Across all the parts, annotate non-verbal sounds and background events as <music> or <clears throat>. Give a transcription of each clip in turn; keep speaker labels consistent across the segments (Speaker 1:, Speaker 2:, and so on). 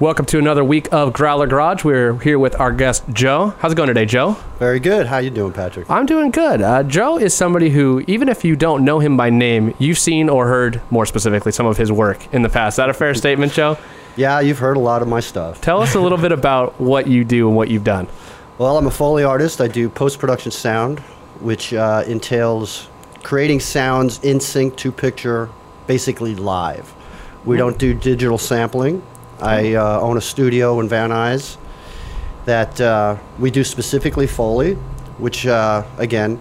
Speaker 1: Welcome to another week of Growler Garage. We're here with our guest Joe. How's it going today, Joe?
Speaker 2: Very good. How you doing, Patrick?
Speaker 1: I'm doing good. Uh, Joe is somebody who, even if you don't know him by name, you've seen or heard, more specifically, some of his work in the past. Is that a fair statement, Joe?
Speaker 2: Yeah, you've heard a lot of my stuff.
Speaker 1: Tell us a little bit about what you do and what you've done.
Speaker 2: Well, I'm a Foley artist. I do post production sound, which uh, entails creating sounds in sync to picture, basically live. We don't do digital sampling. I uh, own a studio in Van Nuys that uh, we do specifically Foley, which, uh, again,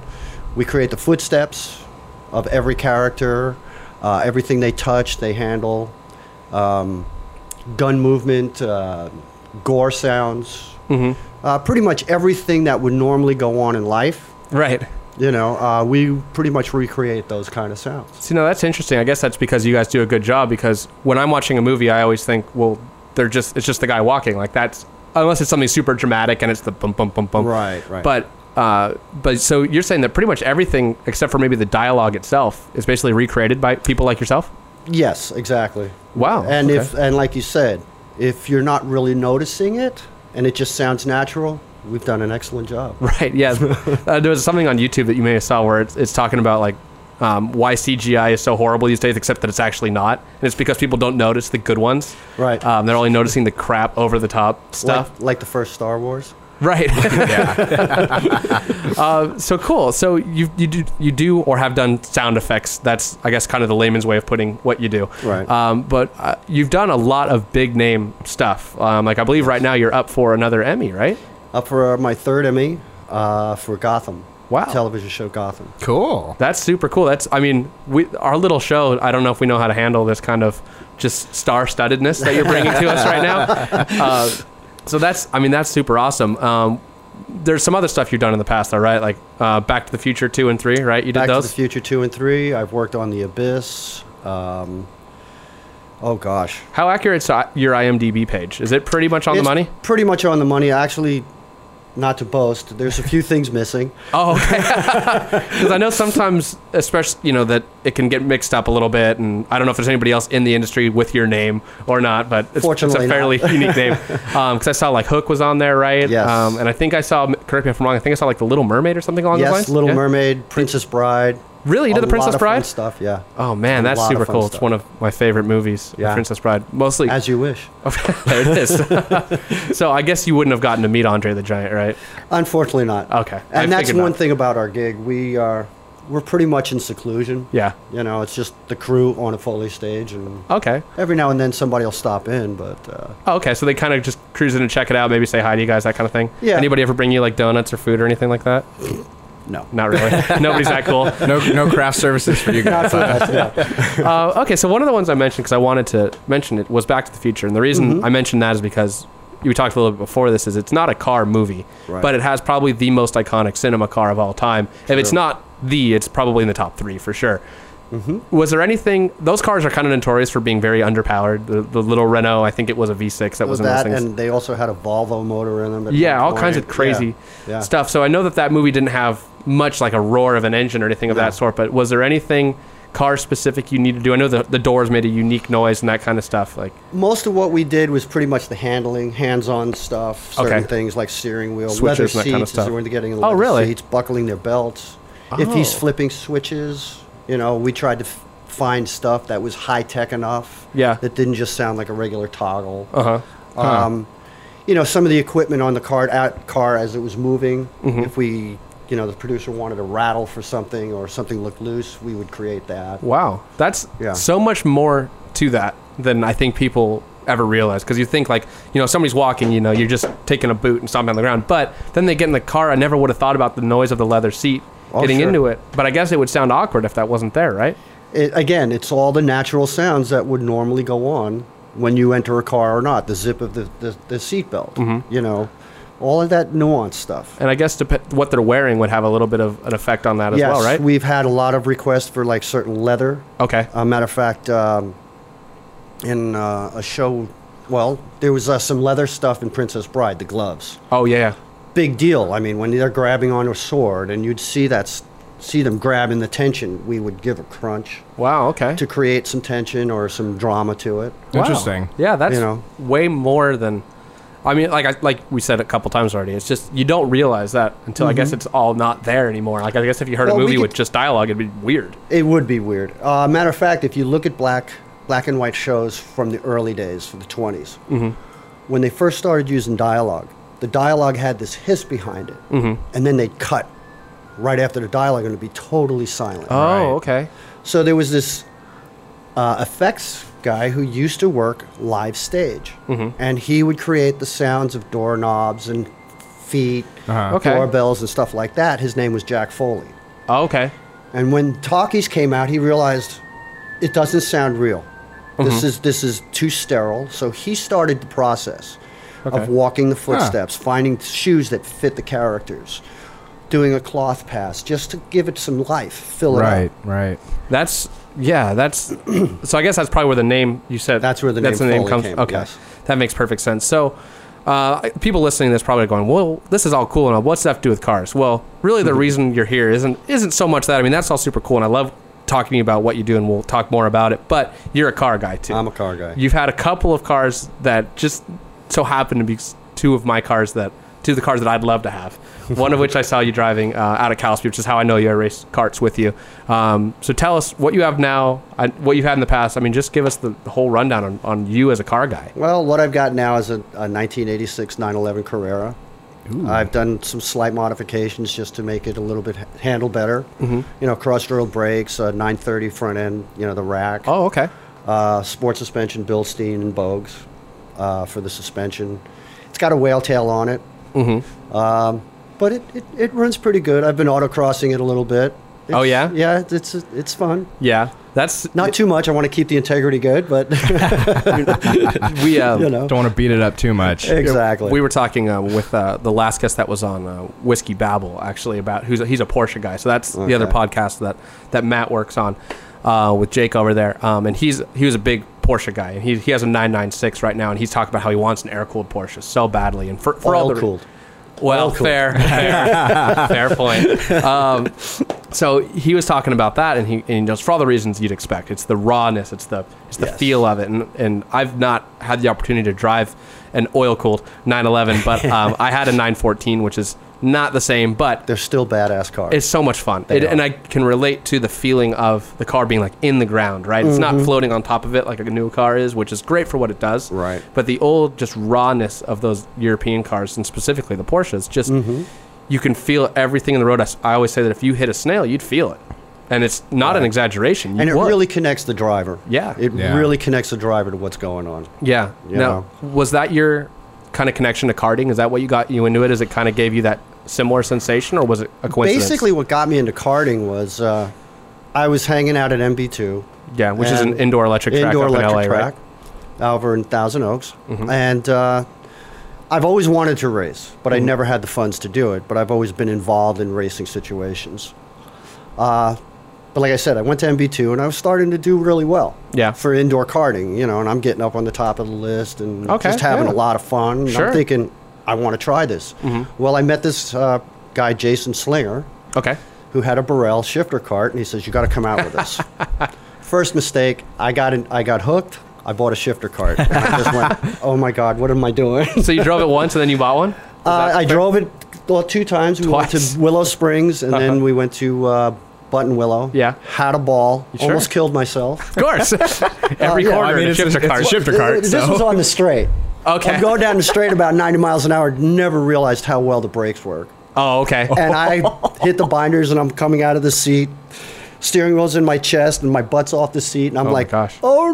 Speaker 2: we create the footsteps of every character, uh, everything they touch, they handle, um, gun movement, uh, gore sounds,
Speaker 1: Mm-hmm.
Speaker 2: uh, pretty much everything that would normally go on in life.
Speaker 1: Right.
Speaker 2: You know, uh, we pretty much recreate those kind of sounds.
Speaker 1: See, no, that's interesting. I guess that's because you guys do a good job. Because when I'm watching a movie, I always think, well, they're just it's just the guy walking. Like that's unless it's something super dramatic and it's the bum bum bum bum.
Speaker 2: Right, right.
Speaker 1: But uh, but so you're saying that pretty much everything except for maybe the dialogue itself is basically recreated by people like yourself.
Speaker 2: <laughs> Yes, exactly.
Speaker 1: Wow.
Speaker 2: And
Speaker 1: okay.
Speaker 2: if and like you said, if you're not really noticing it and it just sounds natural, we've done an excellent job.
Speaker 1: Right. Yeah. <laughs> uh, there was something on YouTube that you may have saw where it's, it's talking about like um, why CGI is so horrible these days, except that it's actually not, and it's because people don't notice the good ones.
Speaker 2: <laughs> Right.
Speaker 1: Um, they're only noticing the crap over the top
Speaker 2: Like,
Speaker 1: stuff.
Speaker 2: like the first Star Wars.
Speaker 1: Right. <laughs> uh, so cool. So you you do you do or have done sound effects. That's I guess kind of the layman's way of putting what you do.
Speaker 2: Right.
Speaker 1: Um, but uh, you've done a lot of big name stuff. Um, like I believe right now you're up for another Emmy, right?
Speaker 2: Up for my third Emmy uh, for Gotham.
Speaker 1: Wow.
Speaker 2: Television show Gotham.
Speaker 3: Cool.
Speaker 1: That's super cool. That's I mean we our little show. I don't know if we know how to handle this kind of just star studdedness that you're bringing to us right
Speaker 2: <laughs>
Speaker 1: now. Uh, so that's I mean that's super awesome. Um, there's some other stuff you've done in the past, though, right? Like uh, Back to the Future two and three, right? You did
Speaker 2: Back
Speaker 1: those.
Speaker 2: to the Future 2 and 3. I've worked on The Abyss. Um, oh, gosh.
Speaker 1: How accurate is your IMDb page? Is it pretty much on the
Speaker 2: It's
Speaker 1: money?
Speaker 2: Pretty much on the money. Actually, not to boast, there's a few
Speaker 1: <laughs>
Speaker 2: things missing.
Speaker 1: Oh, okay. <laughs> Because I know sometimes, especially you know, that it can get mixed up a little bit, and I don't know if there's anybody else in the industry with your name or not, but it's, it's
Speaker 2: Fortunately
Speaker 1: a
Speaker 2: not.
Speaker 1: fairly unique
Speaker 2: <laughs>
Speaker 1: name. Because I saw like Hook was on there, right?
Speaker 2: Yes.
Speaker 1: Um, and I think I saw. Correct me if I'm wrong. I think I saw like the Little Mermaid or something along those
Speaker 2: yes,
Speaker 1: lines.
Speaker 2: Little
Speaker 1: Yeah?
Speaker 2: Mermaid, Princess Bride.
Speaker 1: Really? You did
Speaker 2: A
Speaker 1: the Princess
Speaker 2: lot of
Speaker 1: Bride?
Speaker 2: fun stuff, yeah.
Speaker 1: Oh man,
Speaker 2: A
Speaker 1: that's
Speaker 2: lot of
Speaker 1: super
Speaker 2: fun
Speaker 1: cool. It's
Speaker 2: stuff.
Speaker 1: one of my favorite movies. The
Speaker 2: Yeah.
Speaker 1: Princess Bride, mostly. <laughs>
Speaker 2: As you wish.
Speaker 1: there it is. <laughs> so I guess you wouldn't have gotten to meet Andre the Giant, right?
Speaker 2: Unfortunately, not.
Speaker 1: Okay. Uh, I
Speaker 2: And that's
Speaker 1: figured not.
Speaker 2: one thing about our gig. We are we're pretty much in seclusion.
Speaker 1: Yeah.
Speaker 2: You know, it's just the crew on a Foley stage, and
Speaker 1: Okay.
Speaker 2: every now and then somebody will stop in. But uh,
Speaker 1: Oh, okay, so they kind of just cruise in and check it out, maybe say hi to you guys, that kind of thing.
Speaker 2: Yeah.
Speaker 1: Anybody ever bring you like donuts or food or anything like that?
Speaker 2: no,
Speaker 1: Not really.
Speaker 2: <laughs>
Speaker 1: Nobody's that cool.
Speaker 3: No, no craft services for you guys. huh?
Speaker 1: Uh, okay, so one of the ones I mentioned because I wanted to mention it was Back to the Future, and the reason
Speaker 2: Mm-hmm.
Speaker 1: I mentioned that is because we talked a little bit before this is it's not a car movie,
Speaker 2: Right.
Speaker 1: but it has probably the most iconic cinema car of all time. If it's not the, it's probably in the top three for sure.
Speaker 2: Mm-hmm.
Speaker 1: Was there anything? Those cars are kind of notorious for being very underpowered. The, the little Renault, I think it was a V6 that was in those
Speaker 2: that,
Speaker 1: things.
Speaker 2: and they also had a Volvo motor in them. at
Speaker 1: Yeah,
Speaker 2: one
Speaker 1: all kinds
Speaker 2: point.
Speaker 1: of crazy
Speaker 2: Yeah. Yeah.
Speaker 1: stuff. So I know that that movie didn't have much like a roar of an engine or anything of that sort, but was there anything car specific you need to do? I know the, the doors made a unique noise and that kind of stuff. Like
Speaker 2: Most of what we did was pretty much the handling, hands-on stuff, certain
Speaker 1: Okay.
Speaker 2: things like steering wheel,
Speaker 1: Switches
Speaker 2: leather
Speaker 1: and that
Speaker 2: seats,
Speaker 1: kind of stuff.
Speaker 2: as we're getting
Speaker 1: Oh,
Speaker 2: leather
Speaker 1: really?
Speaker 2: seats, buckling their belts. If he's
Speaker 1: Oh.
Speaker 2: flipping switches, you know, we tried to f- find stuff that was high-tech enough.
Speaker 1: Yeah.
Speaker 2: That didn't just sound like a regular toggle.
Speaker 1: Uh-huh. Huh.
Speaker 2: Um, you know, some of the equipment on the car, at car as it was moving,
Speaker 1: Mm-hmm.
Speaker 2: if we, you know, the producer wanted a rattle for something or something looked loose, we would create that.
Speaker 1: Wow, that's
Speaker 2: Yeah.
Speaker 1: so much more to that than I think people ever realize. Because you think like you know somebody's walking, you know, you're just taking a boot and stomping on the ground. But then they get in the car. I never would have thought about the noise of the leather seat
Speaker 2: Oh,
Speaker 1: getting
Speaker 2: sure.
Speaker 1: into it. But I guess it would sound awkward if that wasn't there, right?
Speaker 2: It, again, it's all the natural sounds that would normally go on when you enter a car or not. The zip of the, the, the seatbelt,
Speaker 1: Mm-hmm.
Speaker 2: you know, all of that nuanced stuff.
Speaker 1: And I guess dep- what they're wearing would have a little bit of an effect on that as
Speaker 2: yes,
Speaker 1: well, right?
Speaker 2: we've had a lot of requests for like certain leather.
Speaker 1: okay.
Speaker 2: A matter of fact, um, in uh, a show, well, there was uh, some leather stuff in Princess Bride, the gloves.
Speaker 1: Oh yeah. yeah.
Speaker 2: Big deal. I mean, when they're grabbing on a sword, and you'd see that s- see them grabbing the tension, we would give a crunch
Speaker 1: Wow. Okay.
Speaker 2: to create some tension or some drama to it.
Speaker 1: Wow.
Speaker 3: Interesting.
Speaker 1: Yeah, that's
Speaker 2: You know.
Speaker 1: way more than. I mean, like I, like we said a couple times already. It's just you don't realize that until I guess it's all not there anymore. Like I guess if you heard
Speaker 2: Mm-hmm. Well,
Speaker 1: a movie
Speaker 2: we could-
Speaker 1: with just dialogue, it'd be weird.
Speaker 2: It would be weird. Uh, matter of fact, if you look at black black and white shows from the early days, from the 20s, when they first started using dialogue, the dialogue had this hiss behind it, and then they'd cut right after the dialogue, and it'd be totally silent.
Speaker 3: Right.
Speaker 1: Oh, okay.
Speaker 2: So there was this uh, effects guy who used to work live stage,
Speaker 3: Mm-hmm.
Speaker 2: and he would create the sounds of doorknobs and feet,
Speaker 3: Uh-huh.
Speaker 1: Okay.
Speaker 2: doorbells, and stuff like that. His name was Jack Foley.
Speaker 1: Oh, okay.
Speaker 2: And when talkies came out, he realized it doesn't sound real.
Speaker 3: Mm-hmm.
Speaker 2: This is this is too sterile. So he started the process
Speaker 1: Okay.
Speaker 2: of walking the footsteps, finding shoes that fit the characters, doing a cloth pass just to give it some life, fill it
Speaker 3: Right.
Speaker 2: up.
Speaker 3: Right.
Speaker 1: That's yeah. That's <clears throat> so. I guess that's probably where the name you said.
Speaker 2: That's where the name Foley came,
Speaker 1: Okay,
Speaker 2: yes.
Speaker 1: that makes perfect sense. So, uh, people listening to this probably going, "Well, this is all cool and all. What's that have to do with cars?" Well, really,
Speaker 2: Mm-hmm.
Speaker 1: the reason you're here isn't isn't so much that. I mean, that's all super cool, and I love talking to you about what you do, and we'll talk more about it. But you're a car guy too.
Speaker 2: I'm a car guy.
Speaker 1: You've had a couple of cars that just so happen to be s- two of my cars that two of the cars that I'd love to have. One of which I saw you driving uh, out of Kalispy, which is how I know you. I race carts with you. Um, so tell us what you have now, I, what you've had in the past. I mean, just give us the, the whole rundown on, on you as a car guy.
Speaker 2: Well, what I've got now is a, a 1986 911 Carrera. I've done some slight modifications just to make it a little bit h- handle better. Mm-hmm. You know, cross-drilled brakes, uh, 930 front end, you know, the rack.
Speaker 1: Oh, okay.
Speaker 2: uh, sport suspension, Bilstein and Bogues uh, for the suspension. It's got a whale tail on it, mm-hmm. um, but it, it, it runs pretty good. I've been autocrossing it a little bit. It's,
Speaker 1: Oh, yeah?
Speaker 2: yeah. It's, it's it's fun.
Speaker 1: Yeah, that's
Speaker 2: Not too much. I want to keep the integrity good,
Speaker 1: <laughs>
Speaker 2: but <laughs>
Speaker 1: we. Uh,
Speaker 2: you know
Speaker 3: Don't want to beat it up too much.
Speaker 2: exactly.
Speaker 1: We were talking uh, with uh, the last guest that was on uh, Whiskey Babble, actually, about who's a, he's a Porsche guy. So that's the other
Speaker 2: Okay.
Speaker 1: podcast that that Matt works on uh, with Jake over there. Um, and he's he was a big Porsche guy, and he, he has a 996 right now, and he's talking about how he wants an air cooled Porsche so badly, and for, for all the
Speaker 2: Oil cooled.
Speaker 1: well,
Speaker 2: Well,
Speaker 1: <laughs>
Speaker 2: cool.
Speaker 1: fair, fair, fair point. Um, so he was talking about that, and he and just for all the reasons you'd expect. It's the rawness, it's the it's the
Speaker 2: Yes.
Speaker 1: feel of it, and and I've not had the opportunity to drive an oil cooled 911, <laughs> but um, I had a 914, which is not the same, but
Speaker 2: They're still badass cars.
Speaker 1: it's so much fun. It,
Speaker 2: are.
Speaker 1: and I can relate to the feeling of the car being like in the ground, right? It's
Speaker 2: Mm-hmm.
Speaker 1: not floating on top of it like a new car is, which is great for what it does.
Speaker 2: Right.
Speaker 1: But the old just rawness of those European cars and specifically the Porsches, just
Speaker 2: Mm-hmm.
Speaker 1: you can feel everything in the road. I, s- I always say that if you hit a snail, you'd feel it. And it's not an exaggeration. You
Speaker 2: and it
Speaker 1: would.
Speaker 2: really connects the driver.
Speaker 1: Yeah.
Speaker 2: It
Speaker 3: Yeah.
Speaker 2: really connects the driver to what's going on.
Speaker 1: Yeah.
Speaker 2: You
Speaker 1: Now, was that your kind of connection to karting? Is that what you got you into it? Is it kind of gave you that similar sensation or was it a coincidence?
Speaker 2: Basically, what got me into karting was uh, I was hanging out at MB2.
Speaker 1: yeah, which is an
Speaker 2: and
Speaker 1: indoor electric track
Speaker 2: indoor
Speaker 1: up in
Speaker 2: electric
Speaker 1: LA, right? Mm-hmm.
Speaker 2: track over in Thousand Oaks, and uh, I've always wanted to race, but
Speaker 1: Mm-hmm.
Speaker 2: I never had the funds to do it. But I've always been involved in racing situations. Uh, but like I said, I went to MB2 and I was starting to do really well.
Speaker 1: Yeah.
Speaker 2: For indoor karting, you know, and I'm getting up on the top of the list and
Speaker 1: Okay,
Speaker 2: just having
Speaker 1: yeah.
Speaker 2: a lot of fun. And
Speaker 1: Sure. Mm-hmm.
Speaker 2: I'm thinking, I want to try this. Well, I met this uh, guy, Jason Slinger,
Speaker 1: Okay.
Speaker 2: who had a Burrell shifter cart, and he says, "You got to come out
Speaker 1: <laughs>
Speaker 2: with us." First mistake, I got in, I got hooked. I bought a shifter cart. And I
Speaker 1: <laughs>
Speaker 2: just went, "Oh my God, what am I doing?"
Speaker 1: So you drove it once and then you bought one?
Speaker 2: Uh, I drove it well, two times. We went
Speaker 1: Twice.
Speaker 2: to Willow Springs, and
Speaker 1: Uh-huh.
Speaker 2: then we went to uh, Button Willow.
Speaker 1: Yeah.
Speaker 2: had a ball.
Speaker 1: sure?
Speaker 2: Almost killed myself.
Speaker 1: Of course. <laughs> Every
Speaker 2: yeah, I
Speaker 1: corner
Speaker 3: I mean,
Speaker 1: in a
Speaker 3: it's,
Speaker 1: shifter
Speaker 3: a, it's
Speaker 1: cart.
Speaker 3: a shifter cart.
Speaker 2: This was
Speaker 3: So.
Speaker 2: on the straight.
Speaker 1: <laughs> Okay.
Speaker 2: I'm going down the straight about 90 miles an hour. Never realized how well the brakes work.
Speaker 1: oh, okay.
Speaker 2: and I hit the binders and I'm coming out of the seat. Steering wheel's in my chest and my butt's off the seat and I'm
Speaker 1: my
Speaker 2: like,
Speaker 1: gosh.
Speaker 2: oh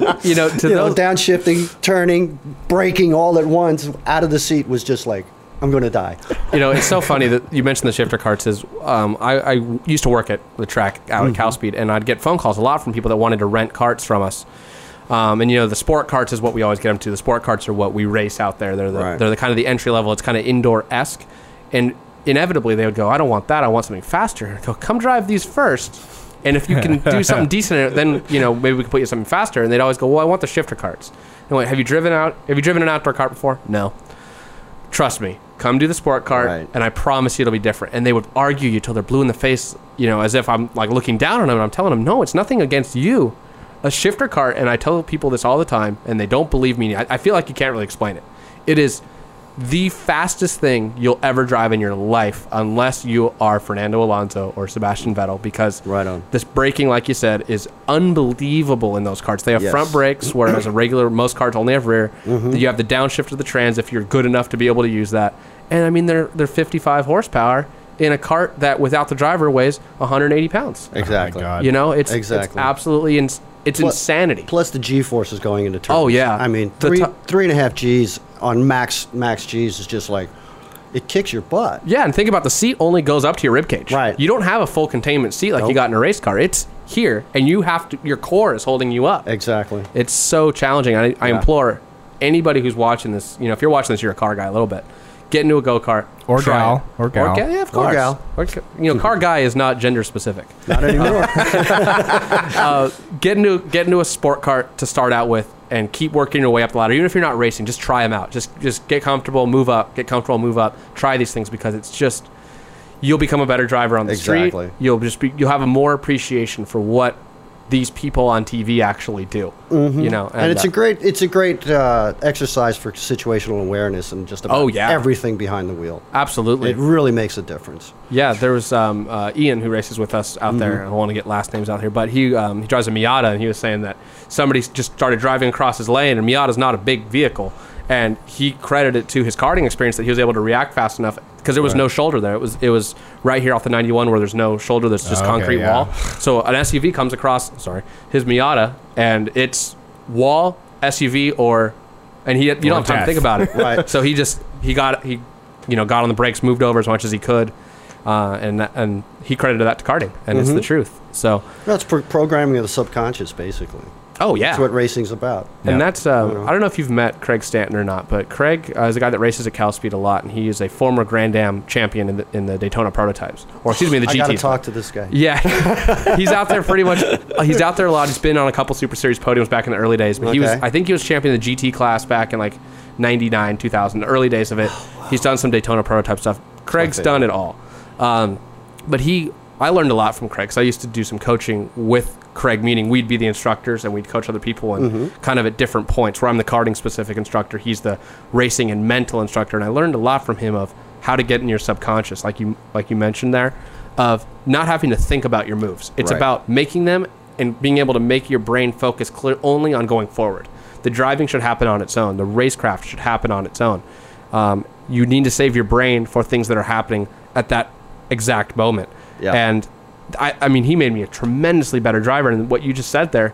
Speaker 1: <laughs>
Speaker 2: no!
Speaker 1: You know, to
Speaker 2: you know,
Speaker 1: those,
Speaker 2: downshifting, turning, braking all at once out of the seat was just like, I'm gonna die.
Speaker 1: you know, it's so funny that you mentioned the shifter carts. Is um, I, I used to work at the track out at Cowspeed, and I'd get phone calls a lot from people that wanted to rent carts from us. Um, and you know, the sport carts is what we always get them to. The sport carts are what we race out there. They're the,
Speaker 2: Right.
Speaker 1: they're the kind of the entry level. It's kind of indoor esque, and inevitably they would go, "I don't want that. I want something faster." And I'd go, "Come drive these first. And if you can do something decent, in it, then you know maybe we can put you in something faster. And they'd always go, "Well, I want the shifter carts." And I went, "Have you driven out? Have you driven an outdoor cart before?" No. Trust me, come do the sport cart
Speaker 2: Right.
Speaker 1: and I promise you it'll be different. And they would argue you till they're blue in the face, you know, as if I'm like looking down on them and I'm telling them, no, it's nothing against you. A shifter cart, and I tell people this all the time, and they don't believe me. I, I feel like you can't really explain it. It is the fastest thing you'll ever drive in your life, unless you are Fernando Alonso or Sebastian Vettel, because
Speaker 2: Right on.
Speaker 1: this braking, like you said, is unbelievable in those carts. They have
Speaker 2: Yes.
Speaker 1: front brakes, whereas a regular most carts only have rear.
Speaker 2: Mm-hmm.
Speaker 1: You have the downshift of the trans if you're good enough to be able to use that. And I mean, they're they're 55 horsepower in a cart that without the driver weighs 180 pounds.
Speaker 2: Exactly.
Speaker 3: God.
Speaker 1: You know, it's it's
Speaker 2: Exactly.
Speaker 1: absolutely ins- it's
Speaker 2: Plus-
Speaker 1: insanity.
Speaker 2: Plus the G forces going into turns.
Speaker 1: Oh, yeah.
Speaker 2: I mean,
Speaker 1: The
Speaker 2: three
Speaker 1: to-
Speaker 2: three and a half G's on max max G's is just like it kicks your butt.
Speaker 1: yeah, and think about the seat only goes up to your rib cage.
Speaker 2: Right.
Speaker 1: You don't have a full containment seat like you
Speaker 2: Nope.
Speaker 1: got in a race car. It's here, and you have to. Your core is holding you up.
Speaker 2: Exactly.
Speaker 1: It's so challenging. I, I
Speaker 2: Yeah.
Speaker 1: implore anybody who's watching this, you know, if you're watching this, you're a car guy a little bit. Get into a go kart
Speaker 3: Or gal. Or gal.
Speaker 1: yeah, of
Speaker 2: Or
Speaker 1: course.
Speaker 2: gal.
Speaker 1: Or ca- you know, car guy is not gender
Speaker 3: <laughs>
Speaker 1: specific.
Speaker 2: Not anymore.
Speaker 1: Uh, get into get into a sport cart to start out with, and keep working your way up the ladder. Even if you're not racing, just try them out. Just just get comfortable, move up. Get comfortable, move up. Try these things because it's just you'll become a better driver on the
Speaker 2: Exactly.
Speaker 1: street. You'll just be you'll have a more appreciation for what these people on TV actually do. You know,
Speaker 2: Mm-hmm. and it's
Speaker 1: uh,
Speaker 2: a great it's a great uh, exercise for situational awareness and just about
Speaker 1: Oh, yeah.
Speaker 2: everything behind the wheel.
Speaker 1: absolutely
Speaker 2: It really makes a difference.
Speaker 1: Yeah, there was um, uh, Ian who races with us out there.
Speaker 3: Mm-hmm.
Speaker 1: I want to get last names out here, but he um, he drives a Miata, and he was saying that somebody just started driving across his lane, and Miata's not a big vehicle, and he credited it to his karting experience that he was able to react fast enough because there was no shoulder there. It was it was right here off the 91 where there's no shoulder. There's just
Speaker 3: Oh, okay,
Speaker 1: concrete
Speaker 3: yeah.
Speaker 1: wall. So an SUV comes across, sorry, his Miata, and it's wall SUV or, and he you
Speaker 3: Or
Speaker 1: don't have time to
Speaker 3: death.
Speaker 1: think about it.
Speaker 2: Right.
Speaker 1: So he just he got he, you know, got on the brakes, moved over as much as he could, uh, and that, and he credited that to karting, and
Speaker 2: Mm-hmm.
Speaker 1: it's the truth. So,
Speaker 2: That's pro- programming of the subconscious, basically.
Speaker 1: oh yeah,
Speaker 2: That's what racing's about.
Speaker 1: and
Speaker 3: Yeah.
Speaker 1: that's um, I don't know if you've met Craig Stanton or not, but Craig uh, is a guy that races at Cal Speed a lot, and he is a former Grand Am champion in the, in the Daytona prototypes, or excuse me, the
Speaker 2: I
Speaker 1: GT.
Speaker 2: got to talk to this guy.
Speaker 1: <laughs> Yeah, he's out there pretty much. He's out there a lot. He's been on a couple Super Series podiums back in the early days, but he was.
Speaker 2: Okay.
Speaker 1: I think he was champion of the GT class back in like '99, 2000, the early days of it. He's done some Daytona prototype stuff. Craig's
Speaker 2: favorite.
Speaker 1: done it all, um, but he. I learned a lot from Craig. 'cause I used to do some coaching with Craig, meaning we'd be the instructors and we'd coach other people and kind of at different points. Where I'm the karting specific instructor, he's the racing and mental instructor, and I learned a lot from him of how to get in your subconscious, like you like you mentioned there, of not having to think about your moves. It's
Speaker 2: Right.
Speaker 1: about making them and being able to make your brain focus clear only on going forward. The driving should happen on its own. The racecraft should happen on its own. Um, you need to save your brain for things that are happening at that exact moment.
Speaker 2: Yeah.
Speaker 1: And I, I mean, he made me a tremendously better driver. And what you just said there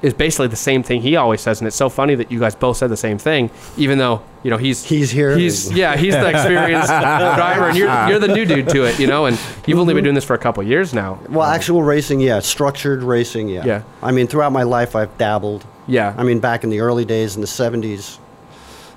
Speaker 1: is basically the same thing he always says. And it's so funny that you guys both said the same thing, even though you know he's
Speaker 2: He's here.
Speaker 1: He's yeah, he's the
Speaker 2: <laughs>
Speaker 1: experienced driver, and you're you're the new dude to it, you know. And you've only been doing this for a couple years now.
Speaker 2: Well, actual racing, yeah. Structured racing, yeah.
Speaker 1: Yeah.
Speaker 2: I mean, throughout my life, I've dabbled.
Speaker 1: Yeah.
Speaker 2: I mean, back in the early days in the 70s,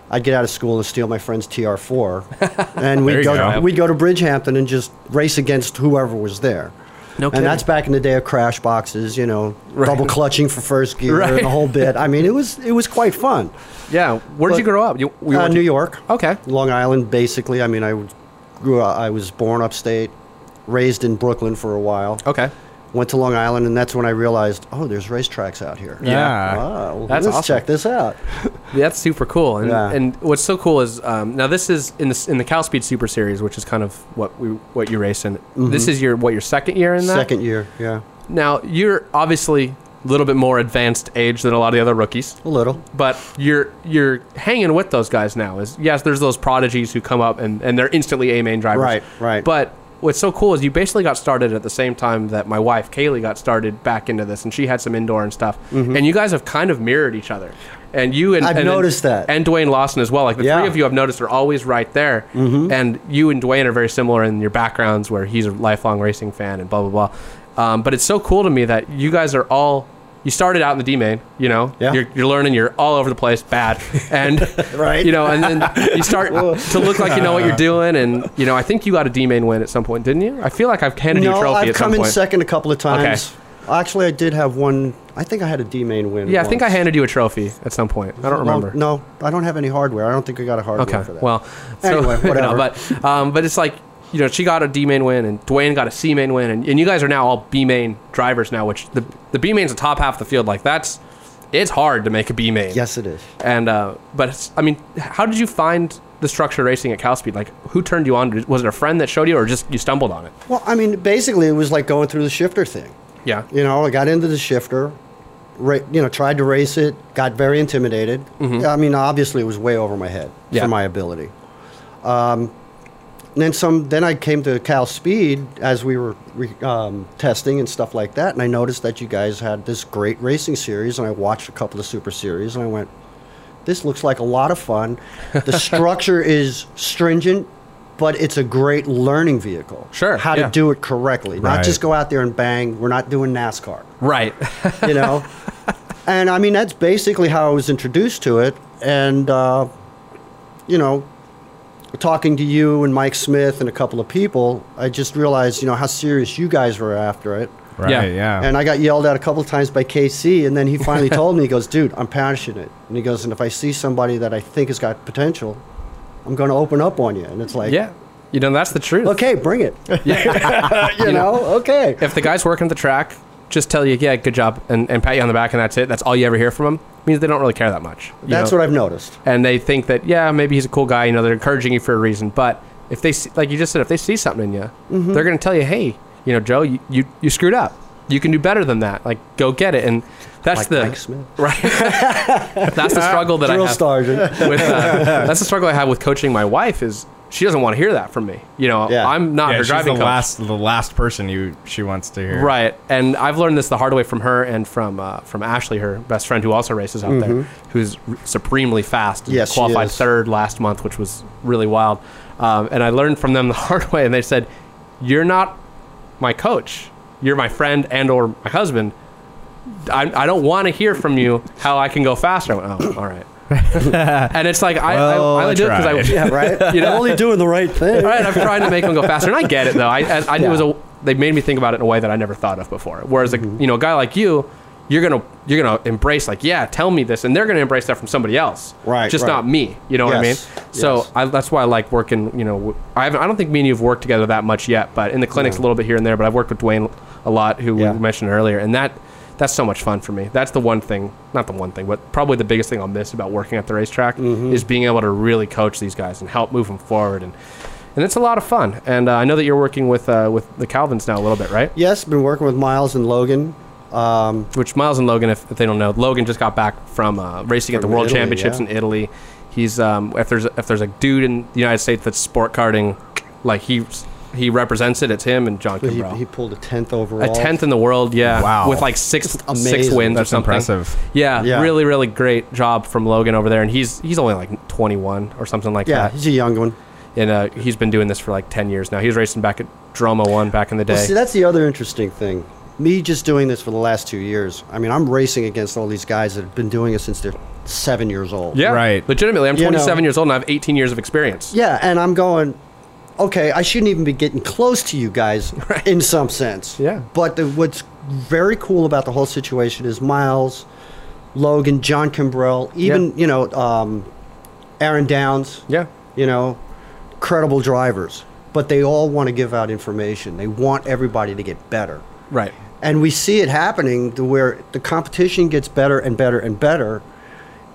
Speaker 2: I'd get out of school and steal my
Speaker 1: <laughs>
Speaker 2: friend's TR4. and
Speaker 3: There
Speaker 2: we'd
Speaker 3: you
Speaker 2: go,
Speaker 3: go.
Speaker 2: we'd go to Bridgehampton and just race against whoever was there.
Speaker 1: No
Speaker 2: And
Speaker 1: kidding.
Speaker 2: that's back in the day of crash boxes, you know,
Speaker 1: Right.
Speaker 2: double clutching for first gear,
Speaker 1: Right.
Speaker 2: the whole bit. I mean, it was it was quite fun.
Speaker 1: Yeah, where did
Speaker 2: But-
Speaker 1: you grow up? You, we
Speaker 2: uh,
Speaker 1: went to-
Speaker 2: New York.
Speaker 1: Okay.
Speaker 2: Long Island, basically. I mean, I would- grew. up- I was born upstate, raised in Brooklyn for a while.
Speaker 1: Okay.
Speaker 2: Went to Long Island, and that's when I realized, oh, there's racetracks out here.
Speaker 3: Yeah.
Speaker 2: Wow, well,
Speaker 1: That's
Speaker 2: let's
Speaker 1: awesome.
Speaker 2: check this out.
Speaker 1: That's super cool. And,
Speaker 2: Yeah.
Speaker 1: and what's so cool is um, now this is in the s- in the Cal Speed Super Series, which is kind of what we what you race in. This is your what your second year in that.
Speaker 2: Mm-hmm. Second year, yeah,
Speaker 1: Now you're obviously a little bit more advanced age than a lot of the other rookies.
Speaker 2: a little.
Speaker 1: but you're you're hanging with those guys now. Is yes, there's those prodigies who come up and, and they're instantly A main drivers.
Speaker 2: Right, right.
Speaker 1: But what's so cool is you basically got started at the same time that my wife Kaylee got started back into this, and she had some indoor and stuff. And you guys have kind of mirrored each other. And you and
Speaker 2: Mm-hmm. I've
Speaker 1: and,
Speaker 2: noticed that.
Speaker 1: and Dwayne Lawson as well. Like the
Speaker 2: Yeah.
Speaker 1: three of you, I've noticed are always right there.
Speaker 2: Mm-hmm.
Speaker 1: And you and Dwayne are very similar in your backgrounds, where he's a lifelong racing fan and blah blah blah. Um, but it's so cool to me that you guys are all. You started out in the D main, you know.
Speaker 2: Yeah.
Speaker 1: You're, you're learning. You're all over the place, bad, and
Speaker 2: <laughs> Right.
Speaker 1: you know, and then you
Speaker 2: <laughs>
Speaker 1: start to look like you know what you're doing, and you know, I think you got a D main win at some point, didn't you? I feel like I've handed you a
Speaker 2: No,
Speaker 1: trophy
Speaker 2: I've
Speaker 1: at some
Speaker 2: come in
Speaker 1: point.
Speaker 2: second a couple of times.
Speaker 1: Okay.
Speaker 2: Actually, I did have one. I think I had a D main win.
Speaker 1: Yeah, I think I
Speaker 2: once.
Speaker 1: handed you a trophy at some point. I don't
Speaker 2: Well,
Speaker 1: remember.
Speaker 2: No, I don't have any hardware. I don't think I got a hardware
Speaker 1: Okay.
Speaker 2: for that.
Speaker 1: Well, so,
Speaker 2: Anyway,
Speaker 1: <laughs> you know,
Speaker 2: whatever.
Speaker 1: but um, but it's like you know she got a D main win and Dwayne got a C main win and, and you guys are now all B main drivers now, which the the B main's the top half of the field. Like that's it's hard to make a B main.
Speaker 2: yes, it is.
Speaker 1: And uh, but it's, I mean, how did you find the structure racing at Cowspeed? Like who turned you on? Was it a friend that showed you, or just you stumbled on it?
Speaker 2: Well, I mean, basically, it was like going through the shifter thing.
Speaker 1: Yeah.
Speaker 2: You know, I got into the shifter, ra- you know, tried to race it, got very intimidated. I mean, obviously, it was way over my head
Speaker 1: Mm-hmm. Yeah.
Speaker 2: for my ability. Um, and then some. Then I came to Cal Speed as we were re- um, testing and stuff like that, and I noticed that you guys had this great racing series, and I watched a couple of super series, and I went, "This looks like a lot of fun."
Speaker 1: <laughs>
Speaker 2: The structure is stringent, but it's a great learning vehicle.
Speaker 1: Sure,
Speaker 2: how
Speaker 1: yeah.
Speaker 2: to do it correctly, not
Speaker 3: Right.
Speaker 2: just go out there and bang. We're not doing NASCAR
Speaker 1: Right. <laughs>
Speaker 2: you know. and I mean, that's basically how I was introduced to it. And, uh, you know, talking to you and Mike Smith and a couple of people, I just realized, you know, how serious you guys were after it.
Speaker 3: Right.
Speaker 1: Yeah.
Speaker 3: Yeah.
Speaker 2: And I got yelled at a couple of times by KC, and then he
Speaker 1: <laughs>
Speaker 2: finally told me, he goes, dude, I'm passionate. And he goes, and if I see somebody that I think has got potential, I'm going to open up on you. And it's like,
Speaker 1: yeah. You know that's the truth.
Speaker 2: okay,
Speaker 1: <laughs>
Speaker 2: bring it.
Speaker 1: Yeah.
Speaker 2: you, know, okay.
Speaker 1: if the guy's working at the track, just tell you, yeah, good job, and, and pat you on the back, and that's it. That's all you ever hear from him. Means they don't really care that much. you
Speaker 2: That's
Speaker 1: know?
Speaker 2: what I've noticed.
Speaker 1: and they think that yeah maybe he's a cool guy you know they're encouraging you for a reason but if they see, like you just said if they see something in you
Speaker 2: Mm-hmm.
Speaker 1: they're going to tell you hey you know joe you, you, you screwed up you can do better than that like go get it and that's
Speaker 2: Like
Speaker 1: the
Speaker 2: Mike Smith.
Speaker 1: right <laughs> that's the struggle that i
Speaker 2: Drill
Speaker 1: have
Speaker 2: sergeant.
Speaker 1: <laughs> with uh, that's the struggle i have with coaching my wife is she doesn't want to hear that from me you know
Speaker 2: Yeah.
Speaker 1: i'm not her
Speaker 3: she's
Speaker 1: driving
Speaker 3: the
Speaker 1: coach.
Speaker 3: last, the last person you she wants to hear.
Speaker 1: Right, and I've learned this the hard way from her and from uh, from Ashley, her best friend who also races out there, who's r- supremely fast. And
Speaker 2: Mm-hmm. Yes, she
Speaker 1: qualified
Speaker 2: is.
Speaker 1: third last month, which was really wild. Um, and I learned from them <laughs> the hard way, and they said, "You're not my coach. You're my friend and or my husband. I, I don't want to hear from you how I can go faster." I went, "Oh, all
Speaker 2: <laughs>
Speaker 1: right." and it's like I,
Speaker 3: Well,
Speaker 1: I, I only
Speaker 3: I
Speaker 1: do it because I <laughs>
Speaker 3: tried.
Speaker 2: Yeah, right?
Speaker 1: You know?
Speaker 2: I'm only doing the right thing.
Speaker 1: <laughs> right, I'm trying to make them go faster, and I get it though. I, I, I it was
Speaker 2: Yeah. Mm-hmm.
Speaker 1: a they made me think about it in a way that I never thought of before. Whereas, like you know, a guy like you, you're gonna you're gonna embrace like, yeah, tell me this, and they're gonna embrace that from somebody else,
Speaker 2: Right,
Speaker 1: Just
Speaker 2: right.
Speaker 1: not me. You know
Speaker 2: Yes,
Speaker 1: what I mean? So
Speaker 2: yes.
Speaker 1: I, that's why I like working. You know, w- I haven't, I don't think me and you've worked together that much yet, but in the clinics a little bit here and there. But I've worked with Dwayne a lot, who
Speaker 2: Yeah.
Speaker 1: we mentioned earlier, and that. That's so much fun for me. That's the one thing, not the one thing, but probably the biggest thing I'll miss about working at the racetrack is being able to really coach these guys and help move them forward. And and it's a lot of fun. And uh, I know that you're working with uh, with the Calvins now a little bit, right?
Speaker 2: Yes, been working with Miles and Logan. Um,
Speaker 1: Which Miles and Logan, if, if they don't know, Logan just got back from uh, racing at the
Speaker 2: From
Speaker 1: World
Speaker 2: Italy,
Speaker 1: Championships
Speaker 2: yeah.
Speaker 1: in Italy. He's um, if there's if there's a dude in the United States that's sport karting, like he he represents it. It's him and John
Speaker 2: he,
Speaker 1: Kimbrough.
Speaker 2: he pulled a tenth
Speaker 1: a
Speaker 2: overall.
Speaker 1: tenth in the world, yeah.
Speaker 3: Wow.
Speaker 1: With like six six
Speaker 2: amazing.
Speaker 1: wins or
Speaker 3: That's
Speaker 1: something.
Speaker 3: impressive.
Speaker 1: Yeah,
Speaker 2: Yeah.
Speaker 1: really, really great job from Logan over there, and he's he's only like 21 or something like
Speaker 2: Yeah,
Speaker 1: that.
Speaker 2: he's a young one.
Speaker 1: and uh, he's been doing this for like 10 years now. He was racing back at Droma One back in the day.
Speaker 2: Well, see, that's the other interesting thing. Me just doing this for the last two years. I mean, I'm racing against all these guys that have been doing it since they're seven years old.
Speaker 1: Yeah,
Speaker 3: Right.
Speaker 1: Legitimately, I'm
Speaker 2: You know.
Speaker 1: 27 years old and I have 18 years of experience.
Speaker 2: Yeah, and I'm going, okay, I shouldn't even be getting close to
Speaker 1: <laughs>
Speaker 2: you guys in some sense.
Speaker 1: Yeah.
Speaker 2: But the, what's very cool about the whole situation is Miles, Logan, John Kimbrell, even,
Speaker 1: Yeah.
Speaker 2: you know, um, Aaron Downs.
Speaker 1: Yeah.
Speaker 2: you know, credible drivers, but they all want to give out information. They want everybody to get better.
Speaker 1: Right.
Speaker 2: And we see it happening to where the competition gets better and better and better,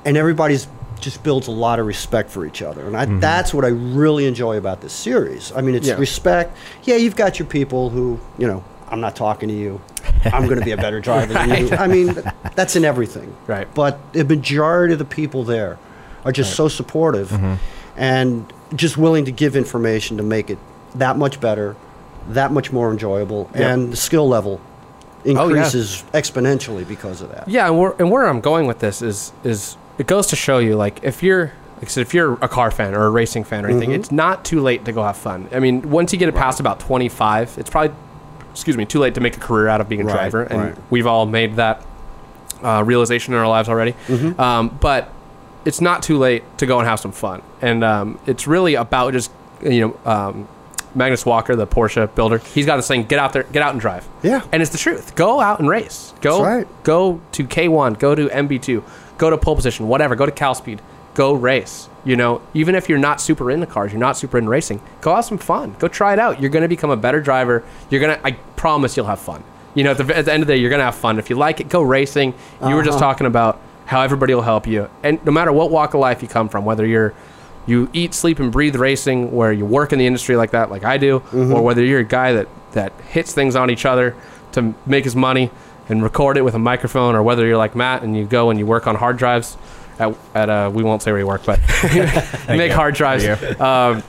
Speaker 2: and everybody's just builds a lot of respect for each other. And I, that's what I really enjoy about this series. I mean, it's
Speaker 1: Yeah.
Speaker 2: respect. Yeah, you've got your people who, you know, I'm not talking to you. I'm going to be a better driver than you. I mean, th- that's in everything.
Speaker 1: Right.
Speaker 2: But the majority of the people there are just so supportive and just willing to give information to make it that much better, that much more enjoyable,
Speaker 1: Yeah.
Speaker 2: and the skill level Oh,
Speaker 1: yeah.
Speaker 2: increases exponentially because of that.
Speaker 1: Yeah, and where, and where I'm going with this is is it goes to show you like if you're like I said, if you're a car fan or a racing fan or
Speaker 2: Mm-hmm.
Speaker 1: anything, it's not too late to go have fun. I mean, once you get past about 25, it's probably excuse me too late to make a career out of being a
Speaker 2: Right,
Speaker 1: driver, and
Speaker 2: right.
Speaker 1: we've all made that uh, realization in our lives already.
Speaker 2: Mm-hmm.
Speaker 1: Um, but it's not too late to go and have some fun, and um, it's really about just you know um, Magnus Walker, the Porsche builder, he's got this thing. Get out there, get out and drive.
Speaker 2: Yeah.
Speaker 1: and it's the truth. Go out and race. Go,
Speaker 2: That's right.
Speaker 1: go to K1, go to MB2, go to pole position, whatever. Go to Cal Speed. Go race. You know, even if you're not super into cars, you're not super into racing. Go have some fun. Go try it out. You're going to become a better driver. You're gonna. I promise you'll have fun. You know, at the, at the end of the day, you're gonna have fun. If you like it, go racing. You were just
Speaker 2: Uh-huh.
Speaker 1: talking about how everybody will help you, and no matter what walk of life you come from, whether you're you eat, sleep, and breathe racing, where you work in the industry like that, like I do, or whether you're a guy that, that hits things on each other to make his money and record it with a microphone, or whether you're like Matt and you go and you work on hard drives at, at uh, we won't say where you work, but <laughs> you make hard drives.
Speaker 3: Thank
Speaker 1: Um,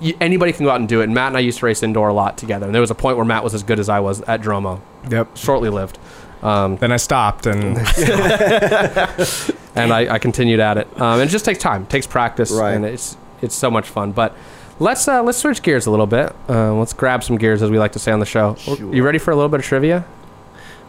Speaker 1: you, anybody can go out and do it. And Matt and I used to race indoor a lot together. And there was a point where Matt was as good as I was at Dromo,
Speaker 3: Yep.
Speaker 1: shortly lived. Um,
Speaker 3: Then I
Speaker 1: <laughs>
Speaker 3: stopped and
Speaker 1: and I, I continued at it. Um, and it just takes time, takes practice,
Speaker 2: Right.
Speaker 1: and it's it's so much fun. But let's uh, let's switch gears a little bit. Uh, let's grab some gears, as we like to say on the show. You
Speaker 2: Sure.
Speaker 1: ready for a little bit of trivia?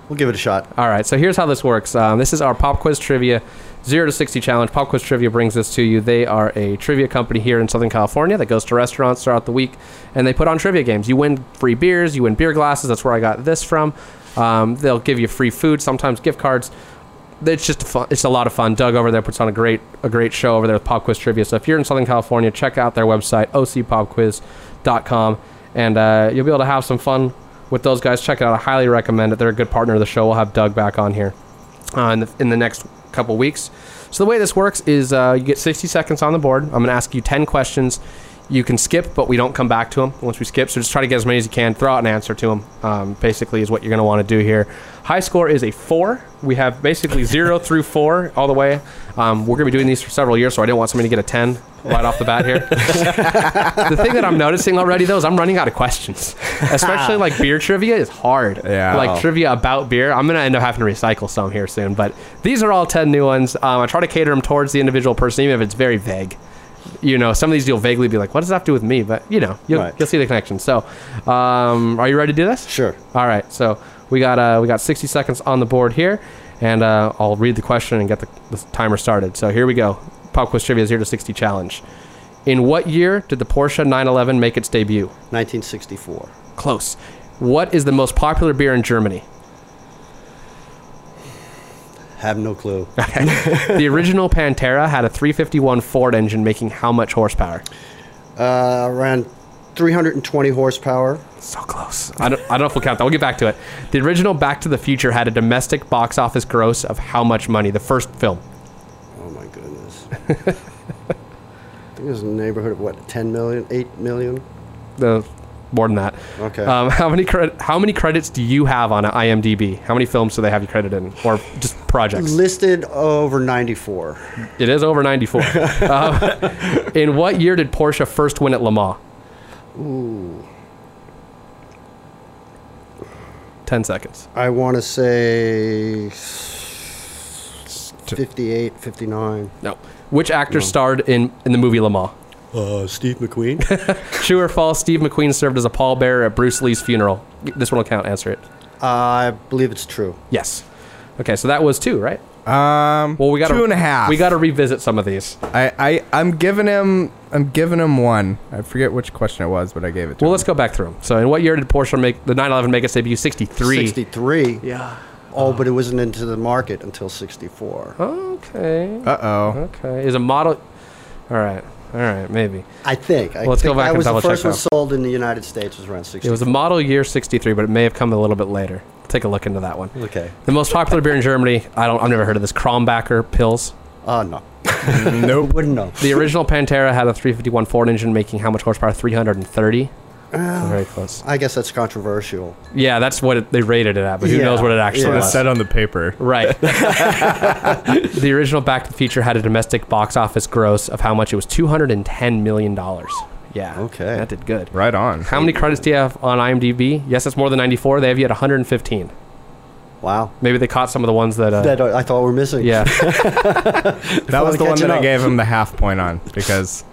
Speaker 2: We'll give it a shot.
Speaker 1: All right, so here's how this works. Um, this is our pop quiz trivia, zero to sixty challenge. Pop quiz trivia brings this to you. They are a trivia company here in Southern California that goes to restaurants throughout the week, and they put on trivia games. You win free beers, you win beer glasses. That's where I got this from. Um, they'll give you free food, sometimes gift cards. It's just fun. It's a lot of fun. Doug over there puts on a great a great show over there with pop quiz trivia. So if you're in Southern California, check out their website ocpopquiz.com, and uh, you'll be able to have some fun with those guys. Check it out. I highly recommend it. They're a good partner of the show. We'll have Doug back on here uh, in, the, in the next couple weeks. So the way this works is uh, you get 60 seconds on the board. I'm going to ask you 10 questions. You can skip, but we don't come back to them once we skip. So just try to get as many as you can. Throw out an answer to them. Um, basically, is what you're going to want to do here. High score is a four. We have basically zero through four all the way. Um, we're going to be doing these for several years, so I didn't want somebody to get a 10 right off the bat here. the thing that I'm noticing already though is I'm running out of questions, especially like beer trivia is hard.
Speaker 3: Yeah.
Speaker 1: Like trivia about beer. I'm gonna end up having to recycle some here soon, but these are all ten new ones. Um, I try to cater them towards the individual person, even if it's very vague. You know, some of these you'll vaguely be like, "What does that have to do with me?" But you know, you'll,
Speaker 2: Right.
Speaker 1: you'll see the connection. So, um, are you ready to do this?
Speaker 2: Sure.
Speaker 1: All right. So we got uh, we got 60 seconds on the board here, and uh, I'll read the question and get the, the timer started. So here we go. Pop quiz trivia zero to 60 challenge. In what year did the Porsche 911 make its debut?
Speaker 2: 1964.
Speaker 1: Close. What is the most popular beer in Germany? <laughs>
Speaker 2: Have no clue. <laughs>
Speaker 1: the original Pantera had a 351 Ford engine making how much horsepower?
Speaker 2: Uh, around 320 horsepower.
Speaker 1: So close. I don't, I don't know if we'll count that. We'll get back to it. The original Back to the Future had a domestic box office gross of how much money? The first film.
Speaker 2: Oh my <laughs> goodness. I think it was in the neighborhood of what, 10 million, 8 million?
Speaker 1: the more than that.
Speaker 2: Okay.
Speaker 1: Um, how many cred- How many credits do you have on IMDb? How many films do they have you credited in, or just projects?
Speaker 2: Listed over 94.
Speaker 1: It is over ninety
Speaker 2: <laughs>
Speaker 1: four. um, in what year did Porsche first win at Le Mans?
Speaker 2: Ooh.
Speaker 1: Ten seconds.
Speaker 2: I want to say 58, 59.
Speaker 1: No. Which actor starred in in the movie Le Mans?
Speaker 2: Uh, Steve McQueen?
Speaker 1: <laughs> True or false? Steve McQueen served as a pallbearer at Bruce Lee's funeral. This one will count. Answer it.
Speaker 2: I believe it's true.
Speaker 1: Yes. Okay, so that was two, right?
Speaker 3: um.
Speaker 1: Well, we got
Speaker 3: two and a half.
Speaker 1: We got to revisit some of these.
Speaker 3: I, I I'm giving him I'm giving him one. I forget which question it was, but I gave it to
Speaker 1: Well,
Speaker 3: him.
Speaker 1: let's go back through them. So, in what year did Porsche make the 911 make its debut? 63.
Speaker 2: 63.
Speaker 1: Yeah. Uh-huh.
Speaker 2: Oh, but it wasn't into the market until 64.
Speaker 1: Okay.
Speaker 3: Uh oh.
Speaker 1: Okay. Is a model. All right. All right. Maybe
Speaker 2: I think. I
Speaker 1: Let's go
Speaker 2: think
Speaker 1: back
Speaker 2: that
Speaker 1: and
Speaker 2: was
Speaker 1: double
Speaker 2: the
Speaker 1: check
Speaker 2: first one
Speaker 1: that.
Speaker 2: sold in the United States was around 60.
Speaker 1: it was a model year '63, but it may have come a little bit later. Take a look into that one.
Speaker 2: okay.
Speaker 1: The most popular beer in Germany. I don't. I've never heard of this. Kronbacher pills.
Speaker 2: Oh, no.
Speaker 3: <laughs> nope.
Speaker 2: Wouldn't know.
Speaker 1: The original Pantera had a 351 Ford engine, making how much horsepower? 330.
Speaker 3: Uh,
Speaker 1: So very close.
Speaker 2: I guess that's controversial.
Speaker 1: Yeah, that's what it, they rated it at, but who
Speaker 2: Yeah.
Speaker 1: knows what it actually
Speaker 2: Yeah.
Speaker 1: was.
Speaker 3: It said on the paper.
Speaker 2: <laughs>
Speaker 1: Right. <laughs> the original Back to the Future had a domestic box office gross of how much? It was 210 million dollars. Yeah.
Speaker 2: Okay.
Speaker 1: That did good.
Speaker 3: Right
Speaker 1: <laughs>
Speaker 3: on.
Speaker 1: How many credits do you have on IMDb? Yes, it's more than 94. They have you at 115.
Speaker 2: Wow.
Speaker 1: Maybe they caught some of the ones that. Uh,
Speaker 2: That I I thought were
Speaker 1: <laughs>
Speaker 2: missing. <laughs>
Speaker 1: yeah.
Speaker 3: That was the one
Speaker 2: catching
Speaker 3: that I
Speaker 2: up.
Speaker 3: gave him the half point on <laughs> because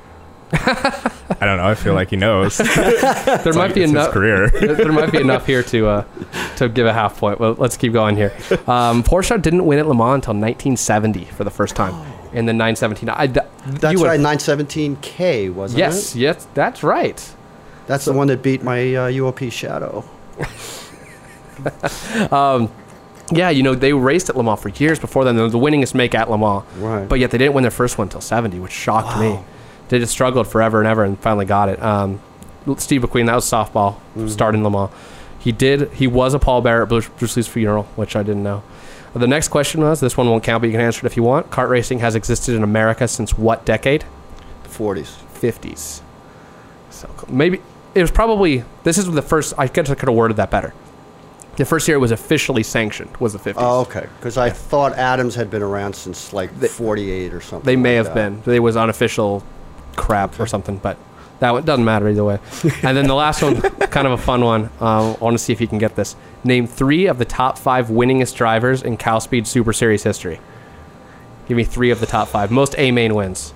Speaker 3: I don't know. I feel like he knows.
Speaker 1: there might be
Speaker 3: It's his
Speaker 1: enough.
Speaker 3: career.
Speaker 1: there there might be enough here to uh, to give a half point. Well, let's keep going here. Um, Porsche didn't win at Le Mans until 1970 for the first time in the 917. I, th-
Speaker 2: Oh. That's
Speaker 1: you would-
Speaker 2: right, 917K, wasn't
Speaker 1: Yes,
Speaker 2: it?
Speaker 1: yes, that's right.
Speaker 2: That's the one that beat my uh, UOP Shadow.
Speaker 1: Yeah, you know, they raced at Le Mans for years before then. They were the winningest make at Le Mans.
Speaker 2: Right.
Speaker 1: But yet they didn't win their first one until 70, which shocked me. They just struggled forever and ever and finally got it. Um, Steve McQueen, that was softball, starting Le Mans. He did, he was a pallbearer at Bruce, Bruce Lee's funeral, which I didn't know. The next question was this one won't count, but you can answer it if you want. Kart racing has existed in America since what decade?
Speaker 2: 40s.
Speaker 1: 50s. So cool. maybe it was probably this is the first. I guess I could have worded that better. The first year it was officially sanctioned was the 50s.
Speaker 2: Oh, okay. Because I thought Adams had been around since like 48 or something.
Speaker 1: They may
Speaker 2: like
Speaker 1: have
Speaker 2: that.
Speaker 1: been. They was unofficial crap or something, but that one doesn't matter
Speaker 2: <laughs>
Speaker 1: either way. and then the last one, kind of a fun one. Um, I want to see if you can get this. Name three of the top five winningest drivers in Cal Speed Super Series history. Give me three of the top five most A main wins.